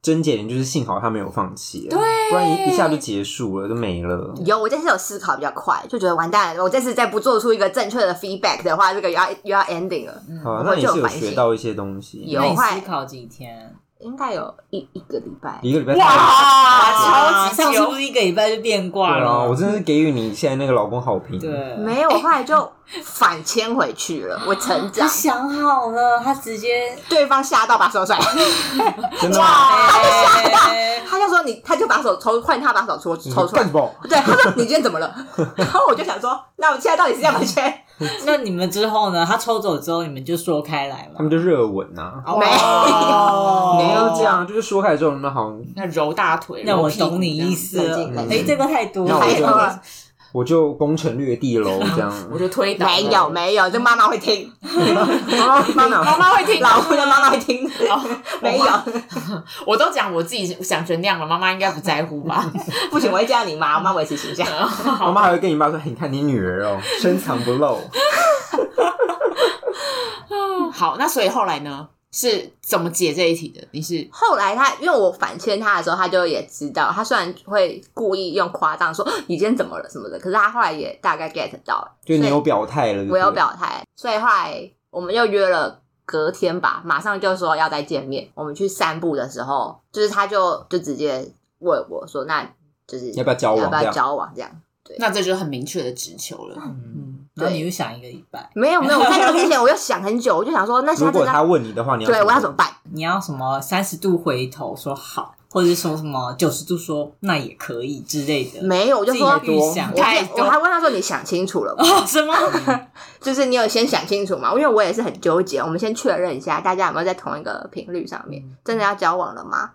Speaker 2: 症结点就是，幸好他没有放弃，对，不然一一下就结束了，就没了。
Speaker 4: 有我这次有思考比较快，就觉得完蛋了，我这次再不做出一个正确的 feedback 的话，这个又要又要 ending 了，
Speaker 2: 好啊，
Speaker 4: 嗯我
Speaker 2: 那你
Speaker 4: 就是
Speaker 2: 有
Speaker 4: 反省
Speaker 2: 学到一些东西，
Speaker 4: 有
Speaker 3: 那你
Speaker 4: 坏
Speaker 3: 思考几天？
Speaker 4: 应该有一一个礼拜。
Speaker 2: 一个礼拜
Speaker 1: 哇，
Speaker 3: 啊
Speaker 1: 超
Speaker 3: 上
Speaker 1: 级
Speaker 3: 次不
Speaker 1: 久，
Speaker 3: 是一个礼拜就变卦
Speaker 2: 对啊，
Speaker 3: 了？
Speaker 2: 我真的是给予你现在那个老公好评。
Speaker 3: 对，
Speaker 4: 没有，我后来就反签回去了，我成
Speaker 3: 他 *laughs*
Speaker 4: 长。
Speaker 3: 想好了，他直
Speaker 4: *laughs*
Speaker 3: 接 *laughs*
Speaker 4: 对方吓到把手甩，
Speaker 2: 真的吗？
Speaker 3: 哎
Speaker 4: 他就说你，他就把手抽，换他把手抽抽出
Speaker 2: 嗯干
Speaker 4: 来
Speaker 2: 什。么？
Speaker 4: *laughs* 对，他说你今天怎么了？ *laughs* 然后我就想说，那我现在到底是要不要签？
Speaker 3: 那你们之后呢？他抽走之后，你们就说开来哦
Speaker 2: 他
Speaker 3: 嘛。
Speaker 2: 们就热吻呐，
Speaker 4: 没哦
Speaker 1: 有
Speaker 2: 没有这。样，就是说开之后，那好，
Speaker 1: 那揉大腿，
Speaker 3: 那我
Speaker 1: 揉屁股
Speaker 3: 懂你意思了
Speaker 4: 冷静。冷
Speaker 3: 哎
Speaker 4: 静，
Speaker 3: 这个太多
Speaker 2: 那
Speaker 3: 了
Speaker 2: 我
Speaker 4: 太
Speaker 2: 就
Speaker 4: 多了，
Speaker 2: *laughs* 我就攻城略地
Speaker 4: *laughs*
Speaker 2: 喽，这样。
Speaker 1: 我就推倒了。
Speaker 4: 没有没有，这妈妈会听，
Speaker 2: 妈
Speaker 1: *laughs* 妈
Speaker 2: 妈，
Speaker 1: 妈会听，
Speaker 4: *laughs*
Speaker 1: 哦
Speaker 4: 老吴的妈妈会听， *laughs* 没有，
Speaker 1: 我都讲我自己想成那样了，妈妈应该不在乎 *laughs* 吧？
Speaker 4: 不行，我会叫你妈，我妈维持形象。
Speaker 2: 妈妈还会跟你爸说：“哎你看你女儿
Speaker 4: *laughs*
Speaker 2: 哦，深藏不露。
Speaker 1: 好，那所以后来呢？”是怎么解这一题的？你是
Speaker 4: 后来他因为我反签他的时候，他就也知道，他虽然会故意用夸张说你今天怎么了什么的，可是他后来也大概 get 到，
Speaker 2: 就你
Speaker 4: 所以
Speaker 2: 有表态了，
Speaker 4: 我有，表态，所以后来我们又约了隔天吧，马上就说要再见面。我们去散步的时候，就是他就就直接问我说：“那就是
Speaker 2: 要不要交往
Speaker 4: 要不
Speaker 2: 这
Speaker 4: 要
Speaker 2: 样
Speaker 4: 交往？”这样
Speaker 1: 那这就是很明确的直球了。
Speaker 3: 嗯，然后你又想一个礼拜，
Speaker 4: 没有
Speaker 2: *laughs*
Speaker 4: 没有，我在那之前我又想很久，我就想说，那
Speaker 2: 如
Speaker 4: 现在
Speaker 2: 果
Speaker 4: 真
Speaker 2: 他
Speaker 4: 的
Speaker 2: 问你的话，你要
Speaker 4: 对我要怎么办？
Speaker 3: 你要什么三十度回头说好，或者是说什么九十度说那也可以之类的，
Speaker 4: 没有，我就
Speaker 3: 自己
Speaker 4: 说
Speaker 3: 的
Speaker 4: 我
Speaker 3: 预想
Speaker 4: 我
Speaker 1: 太多
Speaker 4: 我还问他说：“你想清楚了吗？”
Speaker 3: *laughs* 哦什
Speaker 4: *laughs*
Speaker 3: 么？
Speaker 4: 啊就是你有先想清楚嘛？因为我也是很纠结，我们先确认一下，大家有没有在同一个频率上
Speaker 2: 嗯
Speaker 4: 面？真的要交往了吗？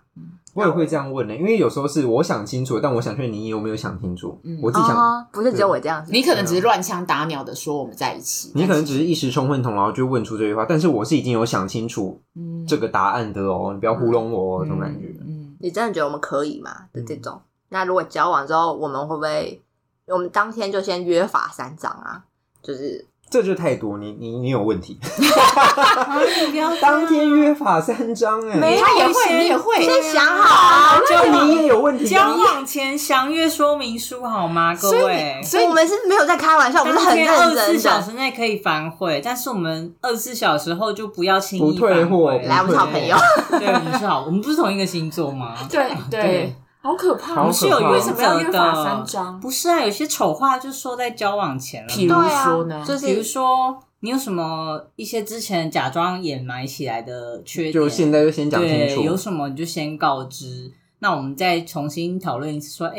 Speaker 2: 我也会这样问呢、因为有时候是我想清楚，但我想劝你有没有想清楚，
Speaker 1: 嗯
Speaker 2: 我自己想。嗯
Speaker 4: 哦，不是只有我这样子，
Speaker 1: 你可能只是乱枪打鸟的说我们在一起，
Speaker 2: 啊你可能只
Speaker 1: 是
Speaker 2: 是一时冲昏头，然后就问出这句话，但是我是已经有想清楚
Speaker 1: 嗯
Speaker 2: 这个答案的哦，你不要糊弄我哦，这种感觉。
Speaker 1: 嗯，
Speaker 4: 你真的觉得我们可以吗？的这种，
Speaker 2: 嗯
Speaker 4: 那如果交往之后，我们会不会我们当天就先约法三章啊？就是
Speaker 2: 这就太多，你你你有问题。
Speaker 3: 啊你不要这样
Speaker 2: 当天约法三章、欸，
Speaker 3: 没有
Speaker 1: 他也
Speaker 3: 一些
Speaker 1: 会，你也会，
Speaker 4: 先想好啊。
Speaker 2: 就你也有问题。
Speaker 3: 啊交往前详阅说明书好吗，各
Speaker 1: 所以
Speaker 3: 位
Speaker 1: 你？所以
Speaker 4: 我们是没有在开玩笑，我们是
Speaker 3: 当
Speaker 4: 很
Speaker 3: 天二十
Speaker 4: 认
Speaker 3: 四
Speaker 4: 真
Speaker 3: 小
Speaker 4: 的。
Speaker 3: 时内可以反悔，但是我们二十四小时后就不要轻易
Speaker 2: 不退货
Speaker 3: 反悔
Speaker 2: 不
Speaker 4: 来，我们是好朋友，
Speaker 3: *laughs* 对，我们是好，我们不是同一个星座吗？
Speaker 1: *laughs* 对对，好可怕哦
Speaker 2: 好可
Speaker 3: 我！是有
Speaker 2: 怕
Speaker 3: 原
Speaker 2: 为
Speaker 1: 什
Speaker 3: 则
Speaker 1: 么要
Speaker 3: 的。
Speaker 1: 约法三章
Speaker 3: 不是啊，有些丑话就说在交往前了嘛，
Speaker 1: 譬如
Speaker 4: 对啊
Speaker 1: 说呢，
Speaker 4: 就是
Speaker 3: 比如说你有什么一些之前假装掩埋起来的缺点，
Speaker 2: 就现在就先讲清
Speaker 3: 对，有
Speaker 2: 楚，
Speaker 3: 什么你就先告知，那我们再重新讨论一次，说，哎、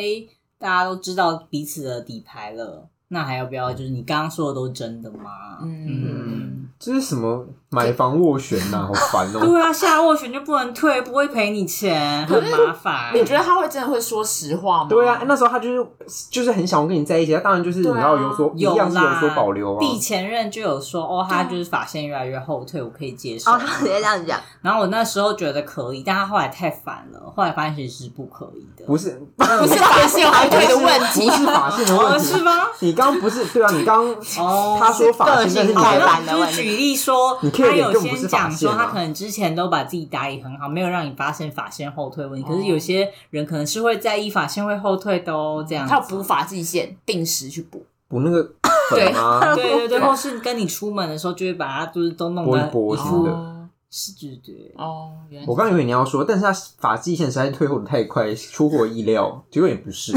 Speaker 3: 大家都知道彼此的底牌了，那还要不要？就是你刚刚说的都是真的吗？
Speaker 1: 嗯
Speaker 3: 嗯，
Speaker 2: 这是什么买房斡旋呐、好烦哦、
Speaker 3: 对啊，下斡旋就不能退，不会赔你钱，很麻烦。
Speaker 1: 你觉得他会真的会说实话吗？
Speaker 2: 对啊，那时候他就是就是很想跟你在一起，他当然就是你
Speaker 1: 对啊
Speaker 2: 知道有所一
Speaker 3: 有
Speaker 2: 样是有
Speaker 3: 啦，
Speaker 2: 所保留啊。
Speaker 3: 第前任就有说，哦，
Speaker 1: 啊
Speaker 3: 他就是发线越来越后退，我可以接
Speaker 1: *laughs*
Speaker 3: 受。
Speaker 4: 哦，他直接这样讲，
Speaker 3: 然后我那时候觉得可以，但他后来太烦了，后来发现其实是不可以的。
Speaker 2: 不是
Speaker 1: 不是发现还对的问题，
Speaker 2: 不是法性的
Speaker 3: 哦，
Speaker 2: 问
Speaker 3: 是
Speaker 2: 题，
Speaker 3: 吗？
Speaker 2: 你刚刚不是对啊？你刚
Speaker 3: 哦，
Speaker 2: 他说法性，但是你
Speaker 4: 个性
Speaker 3: 好
Speaker 4: 太
Speaker 2: 的
Speaker 4: 懒
Speaker 3: 那
Speaker 4: 了
Speaker 3: 我就是举例说，
Speaker 2: 你
Speaker 3: 他
Speaker 2: care
Speaker 3: 有
Speaker 2: 点根本不
Speaker 3: 先
Speaker 2: 是
Speaker 3: 讲
Speaker 2: 发现啊
Speaker 3: 说，他可能之前都把自己打理很好，没有让你发现法线后退问题。可是有些人可能是会在意法线会后退的哦，这样子
Speaker 1: 他有补法界限，定时去补。
Speaker 2: 补那个粉啊，
Speaker 3: 对对对，或是跟你出门的时候，就会把它就是都弄
Speaker 2: 拨
Speaker 3: 得
Speaker 2: 一拨
Speaker 3: 一
Speaker 2: 什
Speaker 3: 副
Speaker 2: 么的
Speaker 1: 哦
Speaker 3: 是对对，
Speaker 1: 哦，原来
Speaker 2: 我刚以为你要说，但是他法际线实在退后的太快，出乎我意料，结果也不是。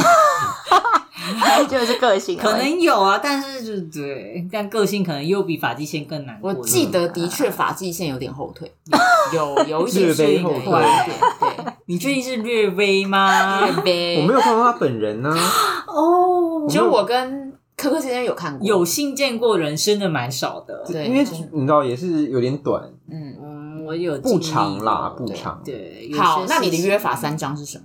Speaker 4: *laughs* 就是个性的
Speaker 3: 可
Speaker 4: 问题。
Speaker 3: 能有啊，但是就是对，但个性可能又比发际线更难过
Speaker 1: 我
Speaker 3: 一点。
Speaker 1: 记得的确法界线有点后 *laughs* 退，有有一
Speaker 2: 略
Speaker 1: 点
Speaker 2: 微
Speaker 1: 是
Speaker 2: 后退
Speaker 1: 有一点对。
Speaker 3: 你确定是略微吗？
Speaker 1: 略微
Speaker 2: 我没有看到他本人呢、
Speaker 3: 哦，
Speaker 1: 就我跟科科先生有看过，
Speaker 3: 有幸见过人生的蛮少的，
Speaker 1: 对
Speaker 2: 因为你知道也是有点短，
Speaker 1: 嗯。
Speaker 3: 嗯，我有
Speaker 2: 不
Speaker 3: 经历
Speaker 2: 长啦，
Speaker 3: 过
Speaker 2: 不长。
Speaker 3: 对，有
Speaker 1: 好
Speaker 3: 些，
Speaker 1: 那你的
Speaker 3: 事情嗯
Speaker 1: 约法三章是什么？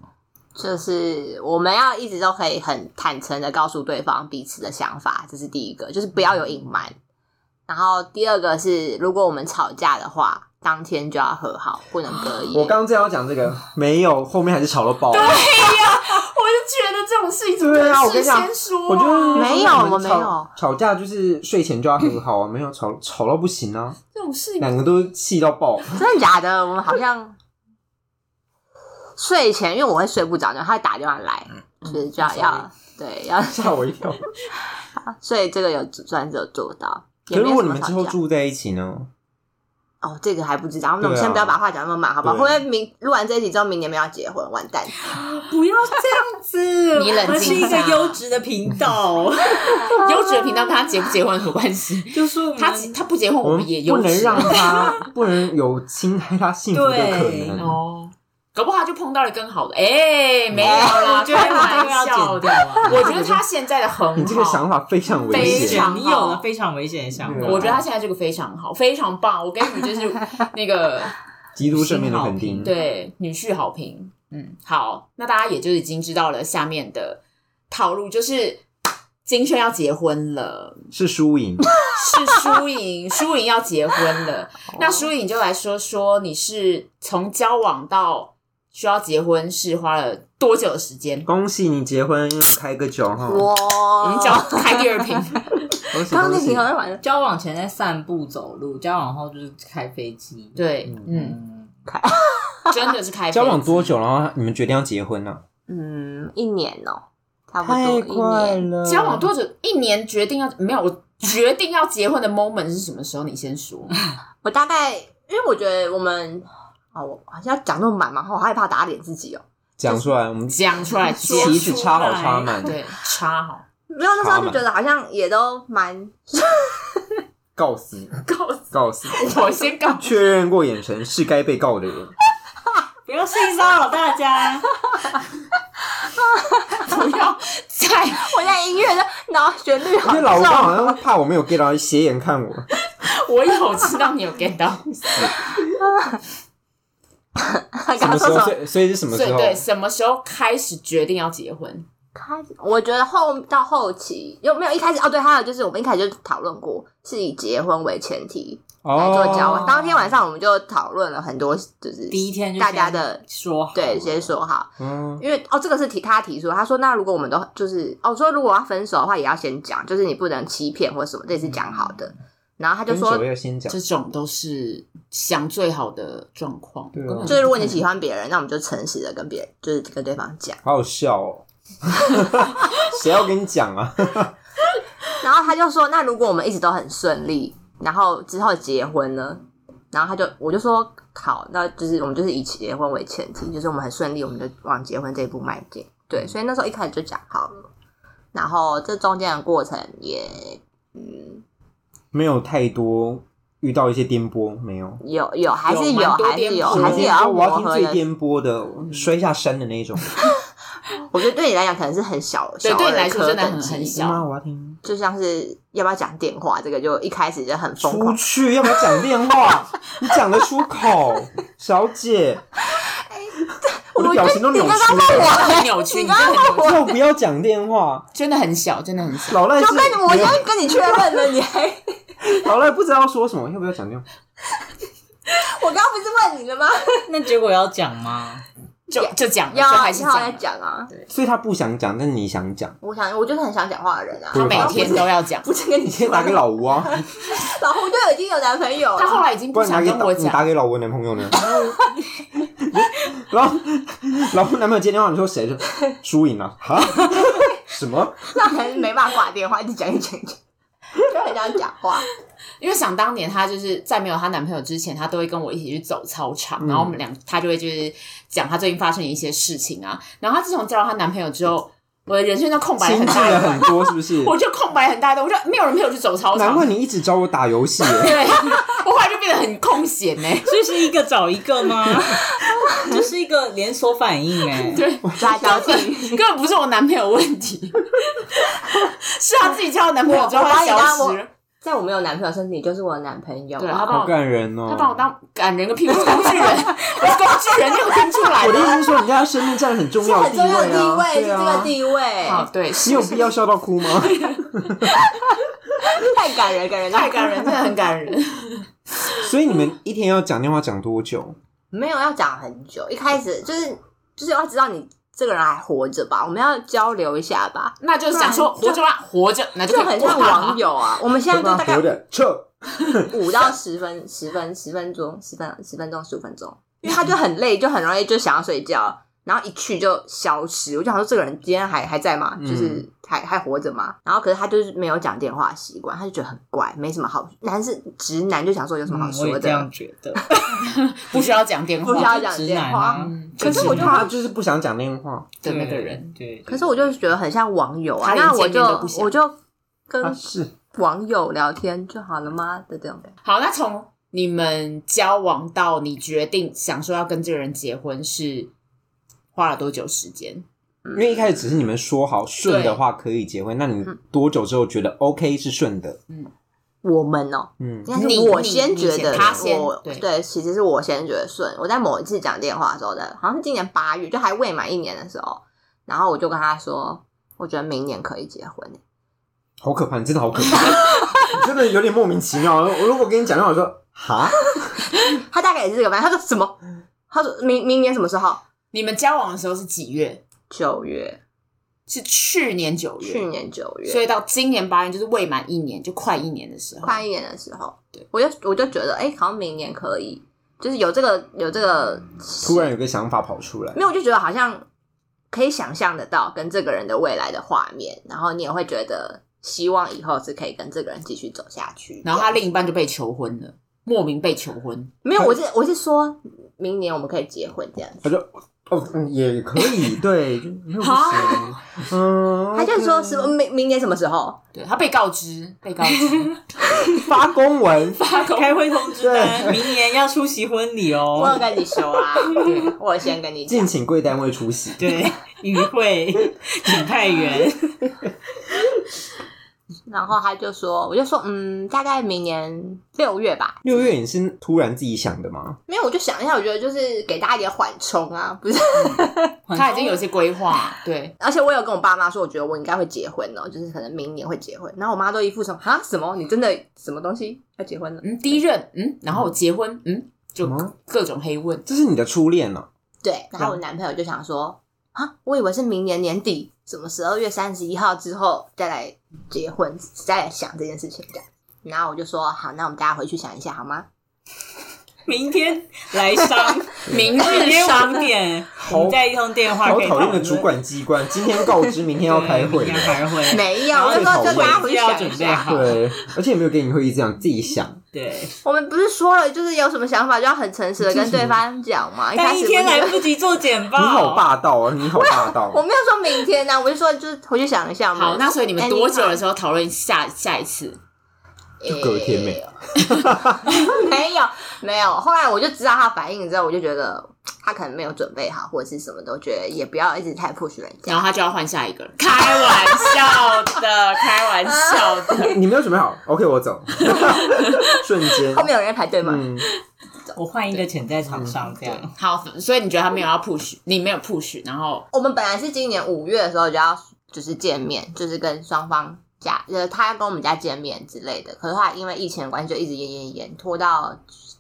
Speaker 4: 就是我们要一直都可以很坦诚的告诉对方彼此的想法，这是第一个，就是不要有隐瞒。然后第二个是，如果我们吵架的话，当天就要和好，不能隔夜。
Speaker 2: 我刚刚正要讲这个，没有，后面还是吵到爆。
Speaker 1: 我就觉得这种事情
Speaker 2: 怎么可能对啊我跟你讲事先
Speaker 1: 说
Speaker 2: 我觉得
Speaker 4: 没有
Speaker 2: 我
Speaker 4: 我
Speaker 2: 们
Speaker 4: 没
Speaker 2: 吵
Speaker 4: 有
Speaker 2: 吵架，就是睡前就要和好啊，没有吵吵到不行啊，
Speaker 1: 这种事情
Speaker 2: 两个都气到
Speaker 4: *laughs*
Speaker 2: 爆。
Speaker 4: 真的假的？我们好像睡前，因为我会睡不着，然后他会打电话来，
Speaker 2: 嗯
Speaker 4: 就是就要要对要，
Speaker 2: 吓我一跳！
Speaker 4: 所以这个有算是有做到。
Speaker 2: 可
Speaker 4: 也
Speaker 2: 是如
Speaker 4: 没有
Speaker 2: 果
Speaker 4: 什
Speaker 2: 你
Speaker 4: 么
Speaker 2: 们
Speaker 4: 吵
Speaker 2: 之
Speaker 4: 架。
Speaker 2: 后住在一起呢？
Speaker 4: 哦，这个还不知道，
Speaker 2: 对
Speaker 4: 那我们
Speaker 2: 啊
Speaker 4: 先不要把话讲那么满，好不好？会
Speaker 2: 对
Speaker 4: 不会明录完这一集之后，明年没有要结婚，完蛋。
Speaker 3: 不要这样子，
Speaker 1: 你冷静一下
Speaker 3: 我们是一个优质的频道，啊
Speaker 1: 优质的频道跟他结不结婚有关系。
Speaker 3: 就是我们
Speaker 1: 他他不结婚，
Speaker 2: 我
Speaker 1: 我
Speaker 2: 们
Speaker 1: 们也
Speaker 2: 不
Speaker 1: 优
Speaker 2: 能
Speaker 1: 质 *laughs*
Speaker 2: 让他不能有侵害他幸福的可
Speaker 3: 对
Speaker 2: 能。
Speaker 1: 哦。搞不好他就碰到了更好的，
Speaker 3: 嗯
Speaker 1: 哎，没有啦，
Speaker 3: 我觉得
Speaker 1: 开
Speaker 3: 你这
Speaker 1: 玩
Speaker 3: 个要
Speaker 1: 笑
Speaker 3: 剪掉 *laughs*
Speaker 1: 的。
Speaker 3: 啊，
Speaker 1: 我觉得他现在的很好，
Speaker 2: 你这个想法非常危
Speaker 1: 非
Speaker 2: 险
Speaker 1: 常。
Speaker 3: 你有了非常危险的想法，
Speaker 2: 对啊
Speaker 1: 我觉得他现在这个非常好，非常棒。我给予就是
Speaker 3: *laughs*
Speaker 1: 那个
Speaker 2: 极度正面的肯定，，
Speaker 1: 对女婿好评。嗯，好，那大家也就已经知道了下面的套路，就是金轩要结婚了，
Speaker 2: 是输赢。
Speaker 1: 是输赢，输赢要结婚了。那输赢就来说说你是从交往到需要结婚是花了多久的时间？
Speaker 2: 恭喜你结婚，又开个酒哈！
Speaker 1: 我
Speaker 4: 哇
Speaker 1: 们只要开第二 *laughs* 瓶，
Speaker 2: 恭喜
Speaker 4: 刚刚
Speaker 2: 恭
Speaker 4: 那
Speaker 2: 喜
Speaker 4: 瓶！喝完了，
Speaker 3: 交往前在散步走路，交往后就是开飞机。，
Speaker 1: 对，嗯，
Speaker 3: 嗯，
Speaker 1: 真的是开
Speaker 2: 交往
Speaker 1: 瓶
Speaker 2: 多久？然后你们决定要结婚呢、
Speaker 4: 嗯，一年哦、差不
Speaker 2: 太
Speaker 4: 多一
Speaker 2: 快
Speaker 4: 年。
Speaker 2: 了！
Speaker 1: 交往多久？一年决定要没有？我决定要结婚的 moment 是什么时候？你先说。
Speaker 4: 我大概因为我觉得我们哦，我好像要讲那么满嘛，我好害怕打脸自己哦、
Speaker 2: 讲出来，我们
Speaker 1: 讲出来，
Speaker 3: 说
Speaker 2: 旗子插好插
Speaker 3: 出来
Speaker 2: 满，
Speaker 1: 对， *laughs* 插好，
Speaker 4: 没有那时候就觉得好像也都 *laughs* 蛮
Speaker 2: 告死
Speaker 1: 告诉
Speaker 2: 告死，
Speaker 1: 我先告
Speaker 2: 确认过眼神是该被
Speaker 1: *laughs*
Speaker 2: 告的人。
Speaker 3: 不要性骚扰大家。
Speaker 1: 不要再
Speaker 4: 我在音乐的脑旋律好
Speaker 2: 因为老吴啊
Speaker 4: 重啊
Speaker 2: 好像怕我没有 get 到，斜眼看我。
Speaker 1: 我有知道你有 get 到，
Speaker 2: 什
Speaker 4: *laughs*
Speaker 2: 么
Speaker 4: 刚刚
Speaker 2: 时
Speaker 4: 说
Speaker 2: 候？所
Speaker 4: 什么？
Speaker 2: 以所以是什么
Speaker 1: 所以
Speaker 2: 时候？
Speaker 1: 对，什么时候开始决定要结婚？
Speaker 4: 开始，我觉得后到后期有没有一开始哦？对，还有就是我们一开始就讨论过，是以结婚为前提来做交往。
Speaker 2: 哦
Speaker 4: 当天晚上我们就讨论了很多，就是
Speaker 3: 第一天就
Speaker 4: 大家
Speaker 3: 先
Speaker 4: 的
Speaker 3: 说好
Speaker 4: 对先说好，
Speaker 2: 嗯，
Speaker 4: 因为哦，这个是提他提出，他说那如果我们都就是哦，说如果要分手的话，也要先讲，就是你不能欺骗或什么，这也是讲好的。
Speaker 3: 嗯
Speaker 4: 然后他就
Speaker 2: 分
Speaker 4: 说
Speaker 2: 手，要先讲
Speaker 1: 这，种都是想最好的状况。
Speaker 2: 对啊
Speaker 1: 根本
Speaker 4: 就是如果你喜欢别人，那我们就诚实的跟别人，就是跟对方讲。
Speaker 2: 好好笑
Speaker 4: *laughs*
Speaker 2: 哦。谁要跟你讲啊？
Speaker 4: 然后他就说：“那如果我们一直都很顺利，然后之后结婚呢？”然后他就我就说：“好，那就是我们就是以结婚为前提，就是我们很顺利，我们就往结婚这一步迈进。”对，所以那时候一开始就讲好了。然后这中间的过程也嗯
Speaker 2: 没有太多遇到一些颠簸，没有。
Speaker 4: 有有还是
Speaker 1: 有
Speaker 4: 有
Speaker 1: 蛮多
Speaker 4: 还是有
Speaker 1: 颠簸
Speaker 4: 还是有哦要
Speaker 2: 我
Speaker 4: 磨
Speaker 2: 要听
Speaker 4: 合
Speaker 2: 最
Speaker 4: 的。嗯
Speaker 2: 颠簸的，摔下山的那种。
Speaker 4: 我觉得对你来讲可能是很小，
Speaker 1: 对
Speaker 4: 小
Speaker 1: 对你
Speaker 4: 儿
Speaker 1: 来说
Speaker 4: 科
Speaker 1: 真的
Speaker 4: 等
Speaker 1: 很
Speaker 4: 级
Speaker 1: 很
Speaker 2: 是
Speaker 1: 小
Speaker 2: 吗？我要听。
Speaker 4: 就像是要不要讲电话，这个就一开始就很疯
Speaker 2: 出
Speaker 4: 狂。
Speaker 2: 去，要不要讲电
Speaker 4: *laughs*
Speaker 2: 话？你讲得出口，小姐？
Speaker 4: 哎
Speaker 2: 我的表情都扭曲了。
Speaker 1: 很扭曲，你真的很扭曲，
Speaker 2: 要不要讲电话？
Speaker 1: 真的很小，真的很小。
Speaker 2: 老赖，
Speaker 4: 就是跟我先跟你确认了，你还
Speaker 2: 老赖不知道说什么，要不要讲电话？
Speaker 4: *laughs* 我刚刚不是问你了吗？
Speaker 3: 那结果要讲吗？
Speaker 1: 就就讲了，就
Speaker 4: 要啊
Speaker 1: 还是
Speaker 4: 要啊要
Speaker 1: 讲了。
Speaker 4: 讲啊！
Speaker 2: 所以他不想讲，但是你想讲。
Speaker 4: 我想，我就是很想讲话的人啊。
Speaker 2: 对
Speaker 1: 他每天都要讲，
Speaker 4: 不是跟你
Speaker 2: 你先打给老吴啊，
Speaker 4: *laughs* 老胡就已经有男朋
Speaker 1: *laughs*
Speaker 4: 友
Speaker 1: 他后
Speaker 4: 了，
Speaker 1: 来已经
Speaker 2: 不
Speaker 1: 不
Speaker 2: 然你打
Speaker 1: 想
Speaker 2: 给
Speaker 1: 跟我
Speaker 2: 打你打
Speaker 1: 讲，
Speaker 2: 给老吴男朋友呢？ *laughs* 然后老吴男朋友接电话，你说谁？就输赢了
Speaker 4: *laughs*
Speaker 2: 啊？什么？
Speaker 4: 那还是没办法挂电话，一直讲一直讲一直讲，就很想讲
Speaker 1: *laughs*
Speaker 4: 话。
Speaker 1: 因为想当年她就是在没有她男朋友之前，她都会跟我一起去走操场，
Speaker 2: 嗯
Speaker 1: 然后我们俩她就会就是讲她最近发生的一些事情啊。然后她自从交了她男朋友之后，我的人生就空白
Speaker 2: 心
Speaker 1: 很
Speaker 2: 计
Speaker 1: 大
Speaker 2: 了 *laughs*
Speaker 1: 一
Speaker 2: 很
Speaker 1: 段，
Speaker 2: 多，是不是？
Speaker 1: 我就空白很大一段，我就没有人陪我去走操
Speaker 2: 难怪
Speaker 1: 场。
Speaker 2: 你一直找我打游戏耶。
Speaker 4: *laughs*
Speaker 1: 对， *laughs* 我后来就变得很空闲呢、
Speaker 3: 所以是一个找一个吗？这是一个连锁反应
Speaker 4: *laughs*
Speaker 3: 哎、
Speaker 1: 对，
Speaker 4: 抓交替，
Speaker 1: 根本不是我男朋友问题， *laughs* 是她自己交了男朋友之后
Speaker 4: 我我把
Speaker 1: 她
Speaker 4: 你
Speaker 1: 消
Speaker 4: 当
Speaker 1: 失了。
Speaker 4: *laughs* 在我没有男朋友的身体，你就是我的男朋友
Speaker 1: 对，
Speaker 4: 啊。
Speaker 1: 她帮
Speaker 2: 好
Speaker 1: 我
Speaker 2: 感人哦！
Speaker 1: 他把我当感人个屁股工
Speaker 4: *laughs*
Speaker 1: 具人，我是工具人，你有听出来
Speaker 2: 我的意
Speaker 1: 吗？
Speaker 2: 思是说，人家在生命占了很重
Speaker 4: 是
Speaker 2: 要
Speaker 4: 很
Speaker 2: 地
Speaker 4: 重要的地
Speaker 2: 啊，
Speaker 4: 位，是
Speaker 2: 对
Speaker 4: 这个
Speaker 2: 啊。
Speaker 4: 地位，
Speaker 1: 好，哦对，
Speaker 2: 你有必要笑到哭
Speaker 4: *laughs*
Speaker 2: 吗？
Speaker 4: 太感人，感人，
Speaker 1: 太感人，真的很感人。
Speaker 2: 所以你们一天要讲电话讲多久？
Speaker 4: *laughs* 没有要讲很久，一开始就是就是要知道你这个人还活着吧，我们要交流一下吧，
Speaker 1: 那就是想说活着吧，活着，那
Speaker 4: 就很像网
Speaker 1: 友。
Speaker 4: 友啊。我们现在
Speaker 2: 要
Speaker 4: 就
Speaker 2: 不然
Speaker 4: 大概
Speaker 2: 活着撤。
Speaker 4: 五到十分、十分、十分钟、十分、十分钟、十五分钟，因为他就很累，就很容易就想要睡觉，然后一去就消失。我就想说，这个人今天还还在吗？
Speaker 2: 嗯
Speaker 4: 就是还还活着吗？然后可是他就是没有讲电话的习惯，他就觉得很怪，没什么好。男是直男，就想说有什么好
Speaker 3: 嗯我
Speaker 4: 说
Speaker 3: 也这
Speaker 4: 的，
Speaker 3: 样觉得。
Speaker 1: 不需要讲电
Speaker 4: 不需
Speaker 1: 话，
Speaker 4: 要讲电话。
Speaker 3: 啊
Speaker 1: 嗯，
Speaker 4: 可是我就
Speaker 2: 他就是不想讲电话，
Speaker 1: 的那个人，
Speaker 3: 对，
Speaker 4: 可是我就觉得很像网友啊，
Speaker 1: 他连
Speaker 4: 那我
Speaker 1: 见面
Speaker 4: 就
Speaker 1: 都不想
Speaker 4: 我就
Speaker 2: 他
Speaker 3: 啊
Speaker 4: 跟
Speaker 2: 是
Speaker 4: 网友聊天就好了吗的这种感觉。
Speaker 1: 好，那从你们交往到你决定想说要跟这个人结婚是。花了多久时间？
Speaker 2: 因为一开始只是你们说好顺的话可以结婚，那你
Speaker 4: 嗯
Speaker 2: 多久之后觉得 OK 是顺的？
Speaker 4: 我们哦、
Speaker 2: 嗯，
Speaker 4: 应该
Speaker 1: 你
Speaker 4: 是我
Speaker 1: 你
Speaker 4: 先
Speaker 1: 你
Speaker 4: 觉
Speaker 1: 先
Speaker 4: 得
Speaker 1: 他先
Speaker 4: 我
Speaker 1: 对
Speaker 4: 其实是我先觉得顺。我在某一次讲电话的时候的，好像是今年八月，就还未满一年的时候，然后我就跟他说，我觉得明年可以结婚。欸
Speaker 2: 好可怕，你真的好可怕，
Speaker 4: *laughs*
Speaker 2: 你真的有点莫名其妙。我如果跟你讲电话，我说哈，
Speaker 4: 他大概也是这个反应，他说什么？他说明明年什么时候？
Speaker 1: 你们交往的时候是几月？
Speaker 4: 九月，
Speaker 1: 是去年九月，
Speaker 4: 去年九月，
Speaker 1: 所以到今年八月就是未满一年，就快一年的时候。
Speaker 4: 快一点的时候，
Speaker 1: 对，
Speaker 4: 我就我就觉得，哎、好像明年可以，就是有这个有这个，
Speaker 2: 突然有个想法跑出来
Speaker 4: 没，有，我就觉得好像可以想象得到跟这个人的未来的画面，然后你也会觉得希望以后是可以跟这个人继续走下去。
Speaker 1: 然后他
Speaker 4: 这样
Speaker 1: 另一半就被求婚了，莫名被求婚。
Speaker 4: 没有，我是我是说明年我们可以结婚这样子。
Speaker 2: 他就哦、嗯也可以，对，就没有不行，嗯，
Speaker 4: 他就说
Speaker 2: OK
Speaker 4: 是明明年什么时候？
Speaker 1: 对他被告知，被告知，
Speaker 2: 发公文，
Speaker 3: *laughs* 开会通知单，明年要出席婚礼
Speaker 4: 我有
Speaker 3: 哦。
Speaker 4: 跟你说啊， *laughs* 对我有先跟你讲
Speaker 2: 敬。请贵单位出席，
Speaker 3: 对，与
Speaker 2: *laughs*
Speaker 3: 会，请派员。
Speaker 4: 然后他就说，我就说，嗯，大概明年六月吧。
Speaker 2: 六月你是突然自己想的吗？
Speaker 4: 没有，我就想一下，我觉得就是给大家一点缓冲啊，不是？
Speaker 1: 他已经有一些规划。对，
Speaker 4: 而且我有跟我爸妈说，我觉得我应该会结婚哦，就是可能明年会结婚。然后我妈都一副说，哈，什么？你真的什么东西要结婚了？
Speaker 1: 嗯，第一任，嗯，然后我结婚，嗯，就
Speaker 2: 什么
Speaker 1: 各种黑问。
Speaker 2: 这是你的初恋哦、
Speaker 4: 对。然后我男朋友就想说，啊，我以为是明年年底，什么十二月三十一号之后再来结婚，再来想这件事情这样。然后我就说，好，那我们大家回去想一下好吗？
Speaker 3: 明天来商，
Speaker 1: *laughs* 明
Speaker 3: 明
Speaker 1: 日
Speaker 3: 天
Speaker 1: 商
Speaker 3: 五点，我们再一通电话
Speaker 2: 好
Speaker 3: 给
Speaker 2: 讨厌的主管机关，今天告知明天要开会
Speaker 3: 明，天开会。
Speaker 4: 没有，我就说就大家回去
Speaker 3: 要
Speaker 4: 想一
Speaker 3: 准备
Speaker 4: 下。
Speaker 3: 好，
Speaker 2: 对，而且也没有给你会议这样自己想，
Speaker 3: 对，
Speaker 4: 我们不是说了，就是有什么想法就要很诚实的跟对方讲
Speaker 1: 哎
Speaker 4: 嘛。一开
Speaker 3: 但一
Speaker 4: 始不是
Speaker 3: 天来不及做简报，
Speaker 2: 你好霸道啊，你好霸道，
Speaker 4: 我没有说明天呢、啊我就说就是回去想一下嘛。
Speaker 1: 好，那所以你
Speaker 4: 哎
Speaker 1: 们多久的
Speaker 4: 了？
Speaker 1: 时候讨论下下一次？
Speaker 4: 就
Speaker 2: 隔天没啊
Speaker 4: 呃 *laughs* 没有没有。后来我就知道他反应之后，我就觉得他可能没有准备好，或者是什么都觉得也不要一直太 push 人
Speaker 1: 然
Speaker 4: 家。
Speaker 1: 后他就要换下一个了。开玩笑的，开玩笑的。
Speaker 2: 你没有准备好，OK，我走， *laughs* 瞬 *laughs* 间
Speaker 4: 后，面有人在排队吗？
Speaker 2: 嗯，
Speaker 3: 我换一个潜在厂商这样。
Speaker 1: 好，所以你觉得他没有要 push，你没有 push，然后
Speaker 4: 我们本来是今年五月的时候就要就是见面，就是跟双方家呃他要跟我们家见面之类的。可是他因为疫情的关系，就一直延延延，拖到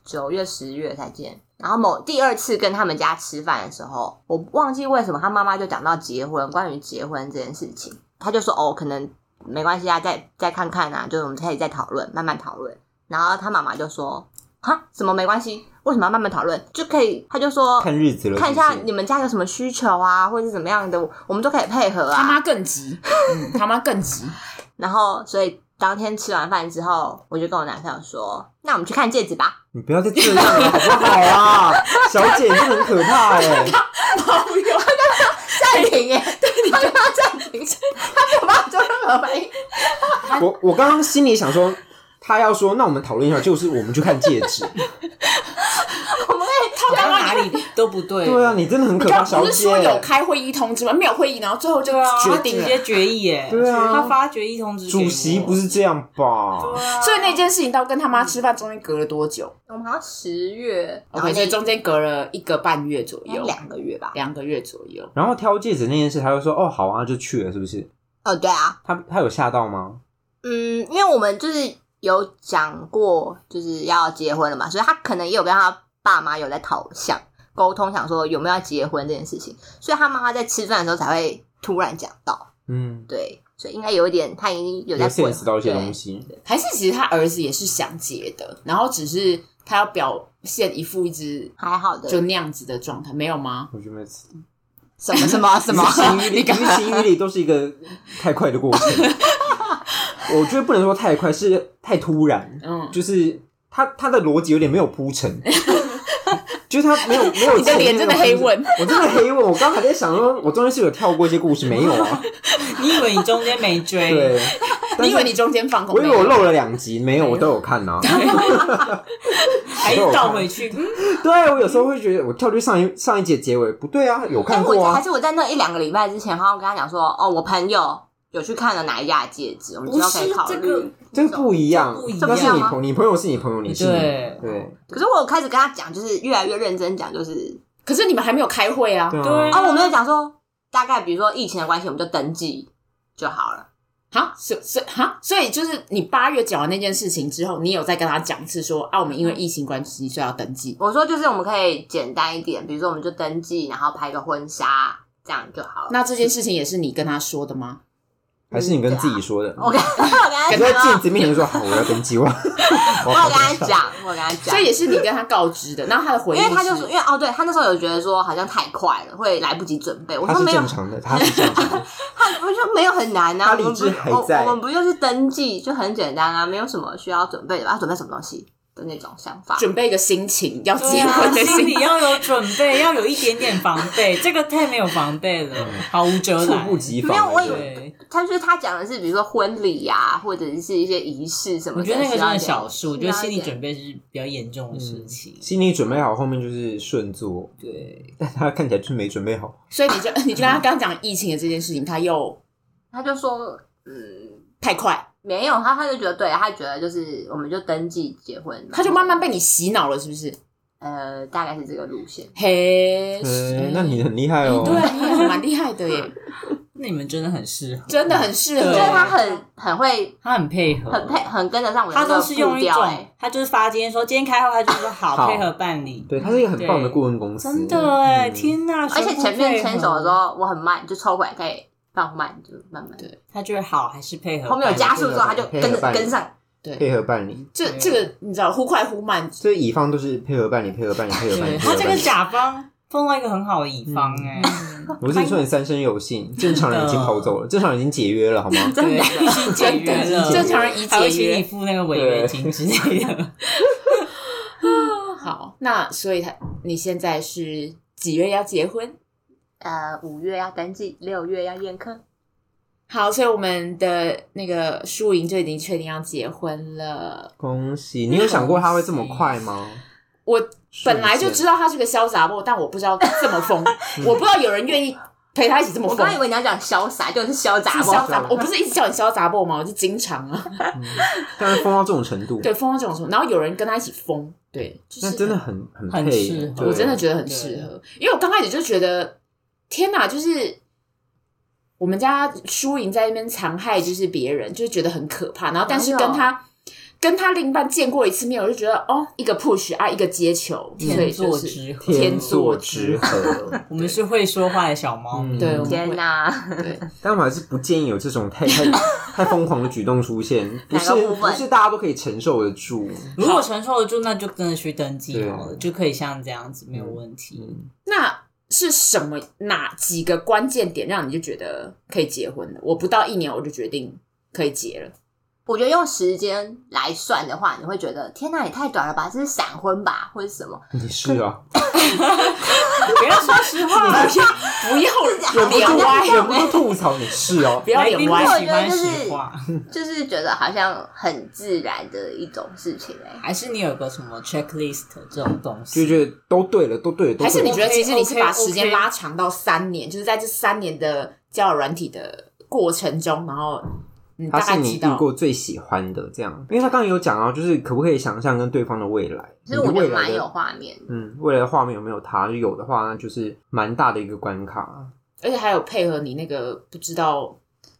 Speaker 4: 九月十月才见。然后某第二次跟他们家吃饭的时候，我忘记为什么他妈妈就讲到结婚，关于结婚这件事情，他就说哦，可能没关系啊，再再看看啊，就是我们可以再讨论，慢慢讨论。然后他妈妈就说哈，什么没关系？为什么要慢慢讨论？就可以，他就说
Speaker 2: 看日子了，
Speaker 4: 看一下
Speaker 2: 是不是
Speaker 4: 你们家有什么需求啊，或者是怎么样的，我们都可以配合
Speaker 1: 他妈
Speaker 4: 啊。
Speaker 1: 更急，嗯，他妈更急。
Speaker 4: 然后，所以当天吃完饭之后，我就跟我男朋友说：“那我们去看戒指吧。
Speaker 2: 你不要再这样了，好不好啊？小姐，你真的很可怕哎、
Speaker 4: 暂停耶，对，他要暂停，他没有办法做任何反应。
Speaker 2: 我我刚刚心里想说，他要说，那我们讨论一下，就是我们去看戒 *laughs* 指。
Speaker 4: 我们可
Speaker 3: 他到哪里都不对，
Speaker 2: 对啊，你真的很可怕，
Speaker 1: 刚
Speaker 2: 小
Speaker 1: 不
Speaker 2: 姐。
Speaker 1: 是说有开会议通知吗？没有会议，然后最后就
Speaker 3: 对啊，
Speaker 1: 决
Speaker 3: 他
Speaker 1: 定
Speaker 3: 直
Speaker 1: 了。
Speaker 3: 接决议耶，
Speaker 2: 对啊
Speaker 3: 他发决议通知给我，
Speaker 2: 主席不是这样吧？
Speaker 3: 对啊，
Speaker 1: 所以那件事情到跟他妈吃饭中间隔了多久
Speaker 4: 以我们好像十月，然后
Speaker 1: ？OK，所以中间隔了一个半月左右，
Speaker 4: 两个月吧。
Speaker 1: 两个月左右。
Speaker 2: 然后挑戒指那件事，他就说哦好啊，就去了，是不是？
Speaker 4: 哦，对啊，
Speaker 2: 他他有吓到吗？
Speaker 4: 嗯，因为我们就是有讲过，就是要结婚了嘛，所以他可能也有跟他爸妈有在讨想沟通，想说有没有要结婚这件事情，所以他妈妈在吃饭的时候才会突然讲到，
Speaker 2: 嗯，
Speaker 4: 对，所以应该有一点他已经有
Speaker 2: 有
Speaker 4: 在
Speaker 2: sense 到一些东
Speaker 4: 西，
Speaker 2: 西。
Speaker 1: 还是其实他儿子也是想结的，然后只是他要表现一副一直
Speaker 4: 还好的，
Speaker 1: 就那样子的状态，没有吗？
Speaker 2: 我觉得每次
Speaker 1: 什么什
Speaker 2: *laughs*
Speaker 1: 么什么？ *laughs*
Speaker 2: 于情于理，于情于理都是一个太快的过程。我觉得不能说太快，是太突然，
Speaker 1: 嗯，
Speaker 2: 就是他他的逻辑有点没有铺
Speaker 1: *laughs*
Speaker 2: 陈，就是他没有没有。
Speaker 1: 你的脸真的黑问，
Speaker 2: 我真的黑问。我刚还在想说，我中间是有跳过一些故事，没有
Speaker 1: *laughs*
Speaker 2: 啊？
Speaker 3: 你以为你中间没追，
Speaker 2: 对，
Speaker 1: 哎你以为你中间放空？
Speaker 2: 我以为
Speaker 1: 没
Speaker 2: 我
Speaker 1: 有
Speaker 2: 漏了两集，没有，我都有看啊呐、
Speaker 3: 还是倒回去？嗯
Speaker 2: *laughs* 对我有时候会觉得，我跳去上一上一节结尾不对啊，有
Speaker 4: 但
Speaker 2: 看过
Speaker 1: 哎
Speaker 4: 我还
Speaker 2: 啊。
Speaker 4: 是我在那一两个礼拜之前，好像跟他讲说，哦，我朋友有去看了哪一家的戒指，我们之后可以
Speaker 1: 不是
Speaker 4: 考虑。
Speaker 1: 这个
Speaker 2: 这个不一样
Speaker 3: 这不一，
Speaker 2: 那
Speaker 3: 样
Speaker 2: 是你朋你朋友是你朋友，你是你
Speaker 3: 对
Speaker 2: 对啊
Speaker 4: 可是我有开始跟他讲，就是越来越认真讲，就是
Speaker 1: 可是你们还没有开会啊。
Speaker 2: 对
Speaker 3: 对
Speaker 2: 啊
Speaker 3: 啊
Speaker 4: 哦，我没有讲说，大概比如说疫情的关系，我们就登记就好了。
Speaker 1: 哈，所所哈，所以就是你八月讲完那件事情之后，你有再跟他讲一次说啊，我们因为疫情关系所以要登记。
Speaker 4: 我说就是我们可以简单一点，比如说我们就登记，然后拍个婚纱，这样就好了。
Speaker 1: 那这件事情也是你跟他说的吗？
Speaker 2: 还是你跟自己说的？
Speaker 4: 嗯啊我跟我
Speaker 2: 你
Speaker 4: 跟
Speaker 2: 在
Speaker 4: 他
Speaker 2: 镜 *laughs*
Speaker 4: 讲，啊
Speaker 2: 子面前说好，我要登记我。
Speaker 4: *laughs* 我有跟他讲，我有跟他
Speaker 2: *laughs*
Speaker 4: 讲，
Speaker 1: 所以也是你跟他告知的。那他的回应
Speaker 4: 因
Speaker 1: 是，
Speaker 4: 为啊他就是因为哦，对他那时候有觉得说好像太快了，会来不及准备。我
Speaker 2: 他
Speaker 4: 说
Speaker 2: 是
Speaker 4: 没有
Speaker 2: 正，常的，他是正
Speaker 4: *laughs*
Speaker 2: 常的。
Speaker 4: 他我说没有很难啊，
Speaker 2: 他
Speaker 4: 我们
Speaker 2: 理
Speaker 4: 不
Speaker 2: 智还
Speaker 4: 我
Speaker 2: 在
Speaker 4: 我们不就是登记就很简单啊，没有什么需要准备的吧？他准备什么东西的那种想法。
Speaker 1: 准备一个心情要
Speaker 3: 对
Speaker 1: 结
Speaker 3: 啊，
Speaker 1: 婚的
Speaker 3: 心
Speaker 1: 心
Speaker 3: 里要有准备，要有一点点防备， *laughs* 这个太没有防备了，
Speaker 2: 嗯
Speaker 3: 毫无遮
Speaker 2: 猝
Speaker 3: 拦。
Speaker 2: 不及
Speaker 4: 没有
Speaker 2: 防。
Speaker 4: 我以为
Speaker 3: 对，
Speaker 4: 他就是他讲的是，比如说婚礼呀、或者是一些仪式什么
Speaker 3: 我
Speaker 4: 的。
Speaker 3: 觉得那个
Speaker 4: 需
Speaker 3: 真
Speaker 4: 要一
Speaker 3: 的
Speaker 4: 点
Speaker 3: 小事，我觉得
Speaker 4: 需要一
Speaker 3: 心理
Speaker 4: 点
Speaker 3: 准备是比较严重的事情。
Speaker 2: 心里准备好，后面就是顺做，
Speaker 3: 对，
Speaker 2: 但他看起来就是没准备好。
Speaker 1: 所以你就 *laughs* 你就跟他刚讲疫情的这件事情，他又
Speaker 4: 他就说，嗯，
Speaker 1: 太快，
Speaker 4: 没有，他他就觉得对，他觉得就是我们就登记结婚嘛，
Speaker 1: 他就慢慢被你洗脑了，是不是？
Speaker 4: 呃，大概是这个路线。
Speaker 1: 嘿，
Speaker 2: 嗯，那你很厉害哦。
Speaker 1: 对你也蛮厉害的耶，
Speaker 3: 那你们真的很适合，
Speaker 1: 真的很适合
Speaker 4: 就
Speaker 3: 对
Speaker 4: 是。他很很会
Speaker 3: 他很配合，
Speaker 4: 很配很跟得上我的
Speaker 3: 他
Speaker 4: 那
Speaker 3: 都
Speaker 4: 个
Speaker 3: 是用
Speaker 4: 步
Speaker 3: 一
Speaker 4: 调、
Speaker 3: 种
Speaker 4: 欸，，
Speaker 3: 他就是发今天说今天开会，他就说好
Speaker 2: 好
Speaker 3: 配合办理，
Speaker 2: 对，他是一个很棒的
Speaker 3: 对
Speaker 2: 顾问公司。
Speaker 3: 真的哎，
Speaker 2: 嗯
Speaker 3: 天哪！
Speaker 4: 而且
Speaker 3: 全部
Speaker 4: 前面
Speaker 3: 配合
Speaker 4: 牵手的时，候我很慢，就抽回来再放慢，就慢慢。
Speaker 1: 对
Speaker 3: 他就是好还是配合办理，
Speaker 4: 后面有加速之后，他就
Speaker 2: 配合
Speaker 4: 跟着
Speaker 2: 伴侣
Speaker 4: 跟上。
Speaker 2: 配合办理，
Speaker 1: 这这个你知道，忽快忽慢，
Speaker 2: 所以乙方都是配合办理，配合办理，配合办
Speaker 4: *laughs*
Speaker 2: 理。
Speaker 3: 对他这个
Speaker 2: 假，
Speaker 3: 甲方碰到一个很好的乙方哎，
Speaker 2: 我是说你三生有幸，正常人已经跑
Speaker 4: *laughs*
Speaker 2: 走了，正常人已经解约了，好吗？
Speaker 3: 对，已经解约了，
Speaker 1: 正常人已
Speaker 3: 还会
Speaker 1: 解
Speaker 3: 请你
Speaker 1: 约。
Speaker 3: 付那个违约金之
Speaker 1: *laughs*
Speaker 3: 类的。
Speaker 1: 好，那所以他你现在是几月要结婚？
Speaker 4: 呃，五月要登记，六月要宴客。
Speaker 1: 好，所以我们的那个输赢就已经确定要结婚了。
Speaker 2: 恭喜！你有想过他会这么快吗？
Speaker 1: 我本来就知道他是个潇洒 boy，但我不知道这么疯，我不知道有人愿意陪他一起这么
Speaker 4: 我
Speaker 1: 疯。
Speaker 4: 刚以为你要讲潇洒，就是潇洒
Speaker 1: 是
Speaker 4: 嘛。
Speaker 1: 潇洒，
Speaker 2: *laughs*
Speaker 1: 我不是一直叫你潇洒 boy 吗？我就经常啊，
Speaker 2: 嗯但是疯到这种程度，
Speaker 1: 对，疯到这种程度，然后有人跟他一起疯，对，就是
Speaker 2: 那真的很很
Speaker 3: 很
Speaker 2: 配
Speaker 3: 适，合
Speaker 2: 对
Speaker 1: 我真的觉得很适合，因为我刚开始就觉得，天哪，就是我们家输赢在那边残害就是别人，就是觉得很可怕。然后，但是
Speaker 4: 哪有
Speaker 1: 跟他跟他另一半见过一次面，我就觉得哦，一个 push 啊，一个接球，所以
Speaker 3: 天
Speaker 1: 就
Speaker 3: 作
Speaker 1: 是
Speaker 3: 之合，
Speaker 2: 天作之合。
Speaker 3: 我们是会说话的小猫
Speaker 2: *laughs* 嗯
Speaker 3: 咪。
Speaker 1: 对，我们
Speaker 4: 天
Speaker 1: 会
Speaker 4: 哪！
Speaker 1: 对，
Speaker 2: 但我还是不建议有这种太
Speaker 1: *laughs*
Speaker 2: 太太疯狂的举动出现，不是
Speaker 4: 哪个部
Speaker 2: 不
Speaker 4: 分
Speaker 2: 是大家都可以承受得住。
Speaker 3: 如果承受得住，那就真的去登记
Speaker 2: 对嗯
Speaker 3: 好了，就可以像这样子没有问题。 *laughs*
Speaker 1: 那。是什么哪几个关键点让你就觉得可以结婚了？我不到一年我就决定可以结了。 *laughs*
Speaker 4: 我觉得用时间来算的话，你会觉得天哪，也太短了吧？这是闪婚吧，或者什么？
Speaker 2: 你是啊，
Speaker 3: 不要说实话，
Speaker 1: 不要
Speaker 4: 忍
Speaker 1: 脸
Speaker 4: 不住
Speaker 1: 歪，
Speaker 2: 忍不住吐槽你是哦
Speaker 1: 不。要
Speaker 3: 来宾
Speaker 1: 脸
Speaker 3: 不
Speaker 1: 歪。
Speaker 3: 喜欢实话，
Speaker 4: 就是觉得好像很自然的一种事情哎、
Speaker 3: 还是你有个什么 checklist 这种东
Speaker 2: 就
Speaker 3: 西？
Speaker 2: 觉得都对了，都对了，都对了
Speaker 1: 还是你觉得
Speaker 3: OK，
Speaker 1: 其实你是把
Speaker 3: OK，OK
Speaker 1: 时间拉长到三年，就是在这三年的交友软体的过程中，然后你
Speaker 2: 他
Speaker 1: 大
Speaker 2: 是
Speaker 1: 概
Speaker 2: 你
Speaker 1: 知
Speaker 2: 遇
Speaker 1: 道，
Speaker 2: 过最喜欢的这样？因为他刚刚有讲啊，就是可不可以想象跟对方的未来？
Speaker 4: 其实我
Speaker 2: 你的
Speaker 4: 觉
Speaker 2: 未
Speaker 4: 得
Speaker 2: 来
Speaker 4: 蛮
Speaker 2: 的
Speaker 4: 有画面的。
Speaker 2: 嗯，未来的画面有没有他？有的话，那就是蛮大的一个关卡。
Speaker 1: 而且还有配合你那个不知道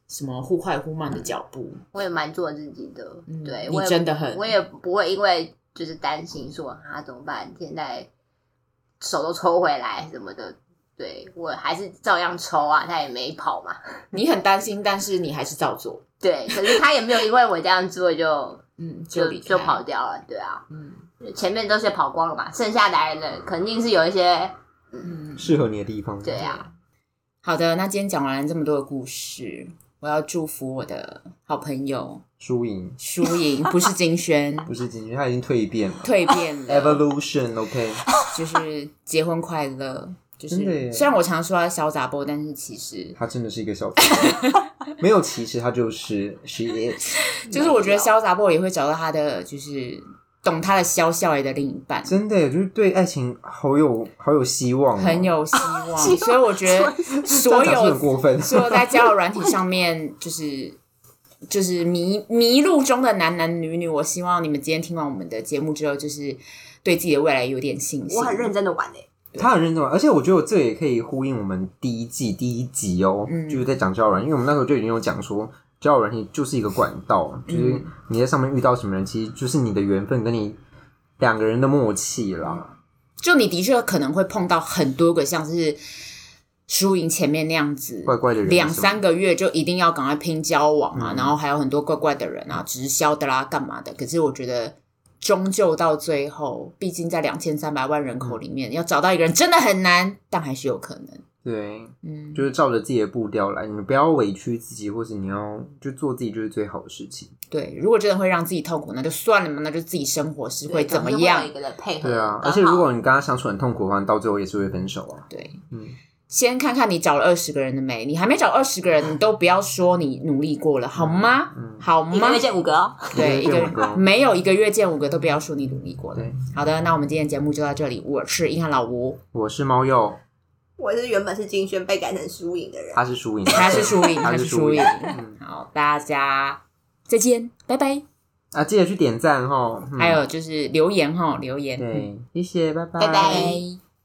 Speaker 1: 什么忽快忽慢的脚步，
Speaker 4: 我也蛮做自己的，
Speaker 1: 嗯
Speaker 4: 对
Speaker 1: 你
Speaker 4: 我也
Speaker 1: 真的很
Speaker 4: 我也不会因为就是担心说啊怎么办，现在手都抽回来什么的，对我还是照样抽啊，他也没跑嘛，
Speaker 1: 你很担心，但是你还是照做，
Speaker 4: 对，可是他也没有因为我这样做就
Speaker 1: 嗯， *laughs* 就
Speaker 4: 就
Speaker 1: 离开
Speaker 4: 就跑，掉了，对啊，
Speaker 1: 嗯
Speaker 4: 前面都是跑光了嘛，剩下来的肯定是有一些，
Speaker 1: 嗯，
Speaker 2: 适合你的地方。
Speaker 4: 对啊，
Speaker 1: 好的，那今天讲完了这么多的故事，我要祝福我的好朋友
Speaker 2: 输赢
Speaker 1: 输赢，不是金
Speaker 2: *laughs*
Speaker 1: 轩
Speaker 2: 不是今天，他已经蜕变了。
Speaker 1: 蜕变了。
Speaker 2: Evolution，OK，、
Speaker 1: 就是结婚快乐。就
Speaker 2: 真的耶
Speaker 1: 是虽然我常说他小杂波，但是其实
Speaker 2: 他真的是一个小 *laughs* 朋友没有歧视，他就是 she is，
Speaker 1: 就是我觉得潇洒 boy 也会找到他的，就是懂他的潇笑爷的另一半，
Speaker 2: 真的耶就是对爱情好有好有希望、哦，
Speaker 1: 很有希望。
Speaker 4: *laughs* 希望
Speaker 1: 所以我觉得
Speaker 2: 这样 *laughs*
Speaker 1: 所
Speaker 2: 讲是不是
Speaker 1: 有
Speaker 2: 很过分。
Speaker 1: 所有在交友软体上面，就是就是迷迷路中的男男女女，我希望你们今天听完我们的节目之后，就是对自己的未来有点信心。
Speaker 4: 我很认真的玩欸诶、
Speaker 2: 他很认真玩，而且我觉得我这也可以呼应我们第一季第一集哦，
Speaker 1: 嗯
Speaker 2: 就是在讲交友软，因为我们那时候就已经有讲说，交友软体就是一个管
Speaker 1: 嗯
Speaker 2: 道，就是你在上面遇到什么人，其实就是你的缘分跟你两个人的默契
Speaker 1: 嗯
Speaker 2: 啦。
Speaker 1: 就你的确可能会碰到很多个像是输赢前面那样子，
Speaker 2: 怪怪的人，嗯
Speaker 1: 两三个月就一定要赶快拼交往啊，然后还有很多怪怪的人啊，直销的啦，干嘛的？可是我觉得，终究到最后，毕竟在两千三百万人
Speaker 2: 嗯
Speaker 1: 口里面，要找到一个人真的很难，但还是有可能。
Speaker 2: 对，
Speaker 1: 嗯，
Speaker 2: 就是照着自己的步调来，你们不要委屈自己，或是你要就做自己就是最好的事情。
Speaker 1: 对，如果真的会让自己痛苦，那就算了嘛，那就自己生活是会怎么样
Speaker 4: 有一？个人配合，
Speaker 2: 对啊，
Speaker 4: 刚
Speaker 2: 而且如
Speaker 4: 好
Speaker 2: 果你跟他相处很痛苦的话，你到最后也是会分手啊。
Speaker 1: 对，
Speaker 2: 嗯，
Speaker 1: 先看看你找了二十个人了没？你还没找二十个人，你都不要说你努力过了，好吗？
Speaker 2: 嗯
Speaker 1: 好
Speaker 4: 一个
Speaker 1: 吗
Speaker 4: 月？见五个哦，
Speaker 1: 对，一
Speaker 2: 一
Speaker 1: 个
Speaker 2: 个月见五个
Speaker 1: 没有一个月见五个都不要说你努力过了
Speaker 2: 对。
Speaker 1: 好的，那我们今天节目就到这里，我是硬汉老
Speaker 2: *laughs*
Speaker 1: 吴，
Speaker 2: 我是猫鼬，
Speaker 4: 我是原本是金轩被改成输赢的人，
Speaker 2: 他是输赢，
Speaker 1: 他是输赢，
Speaker 2: 他
Speaker 1: 他
Speaker 2: 是
Speaker 1: 是输赢。
Speaker 2: 嗯
Speaker 1: 好，大家再见，拜拜。
Speaker 2: 啊，记得去点赞哈，嗯
Speaker 1: 还有就是留言哈，留言，嗯
Speaker 2: 对，谢谢，拜拜，
Speaker 4: 拜拜
Speaker 1: 拜。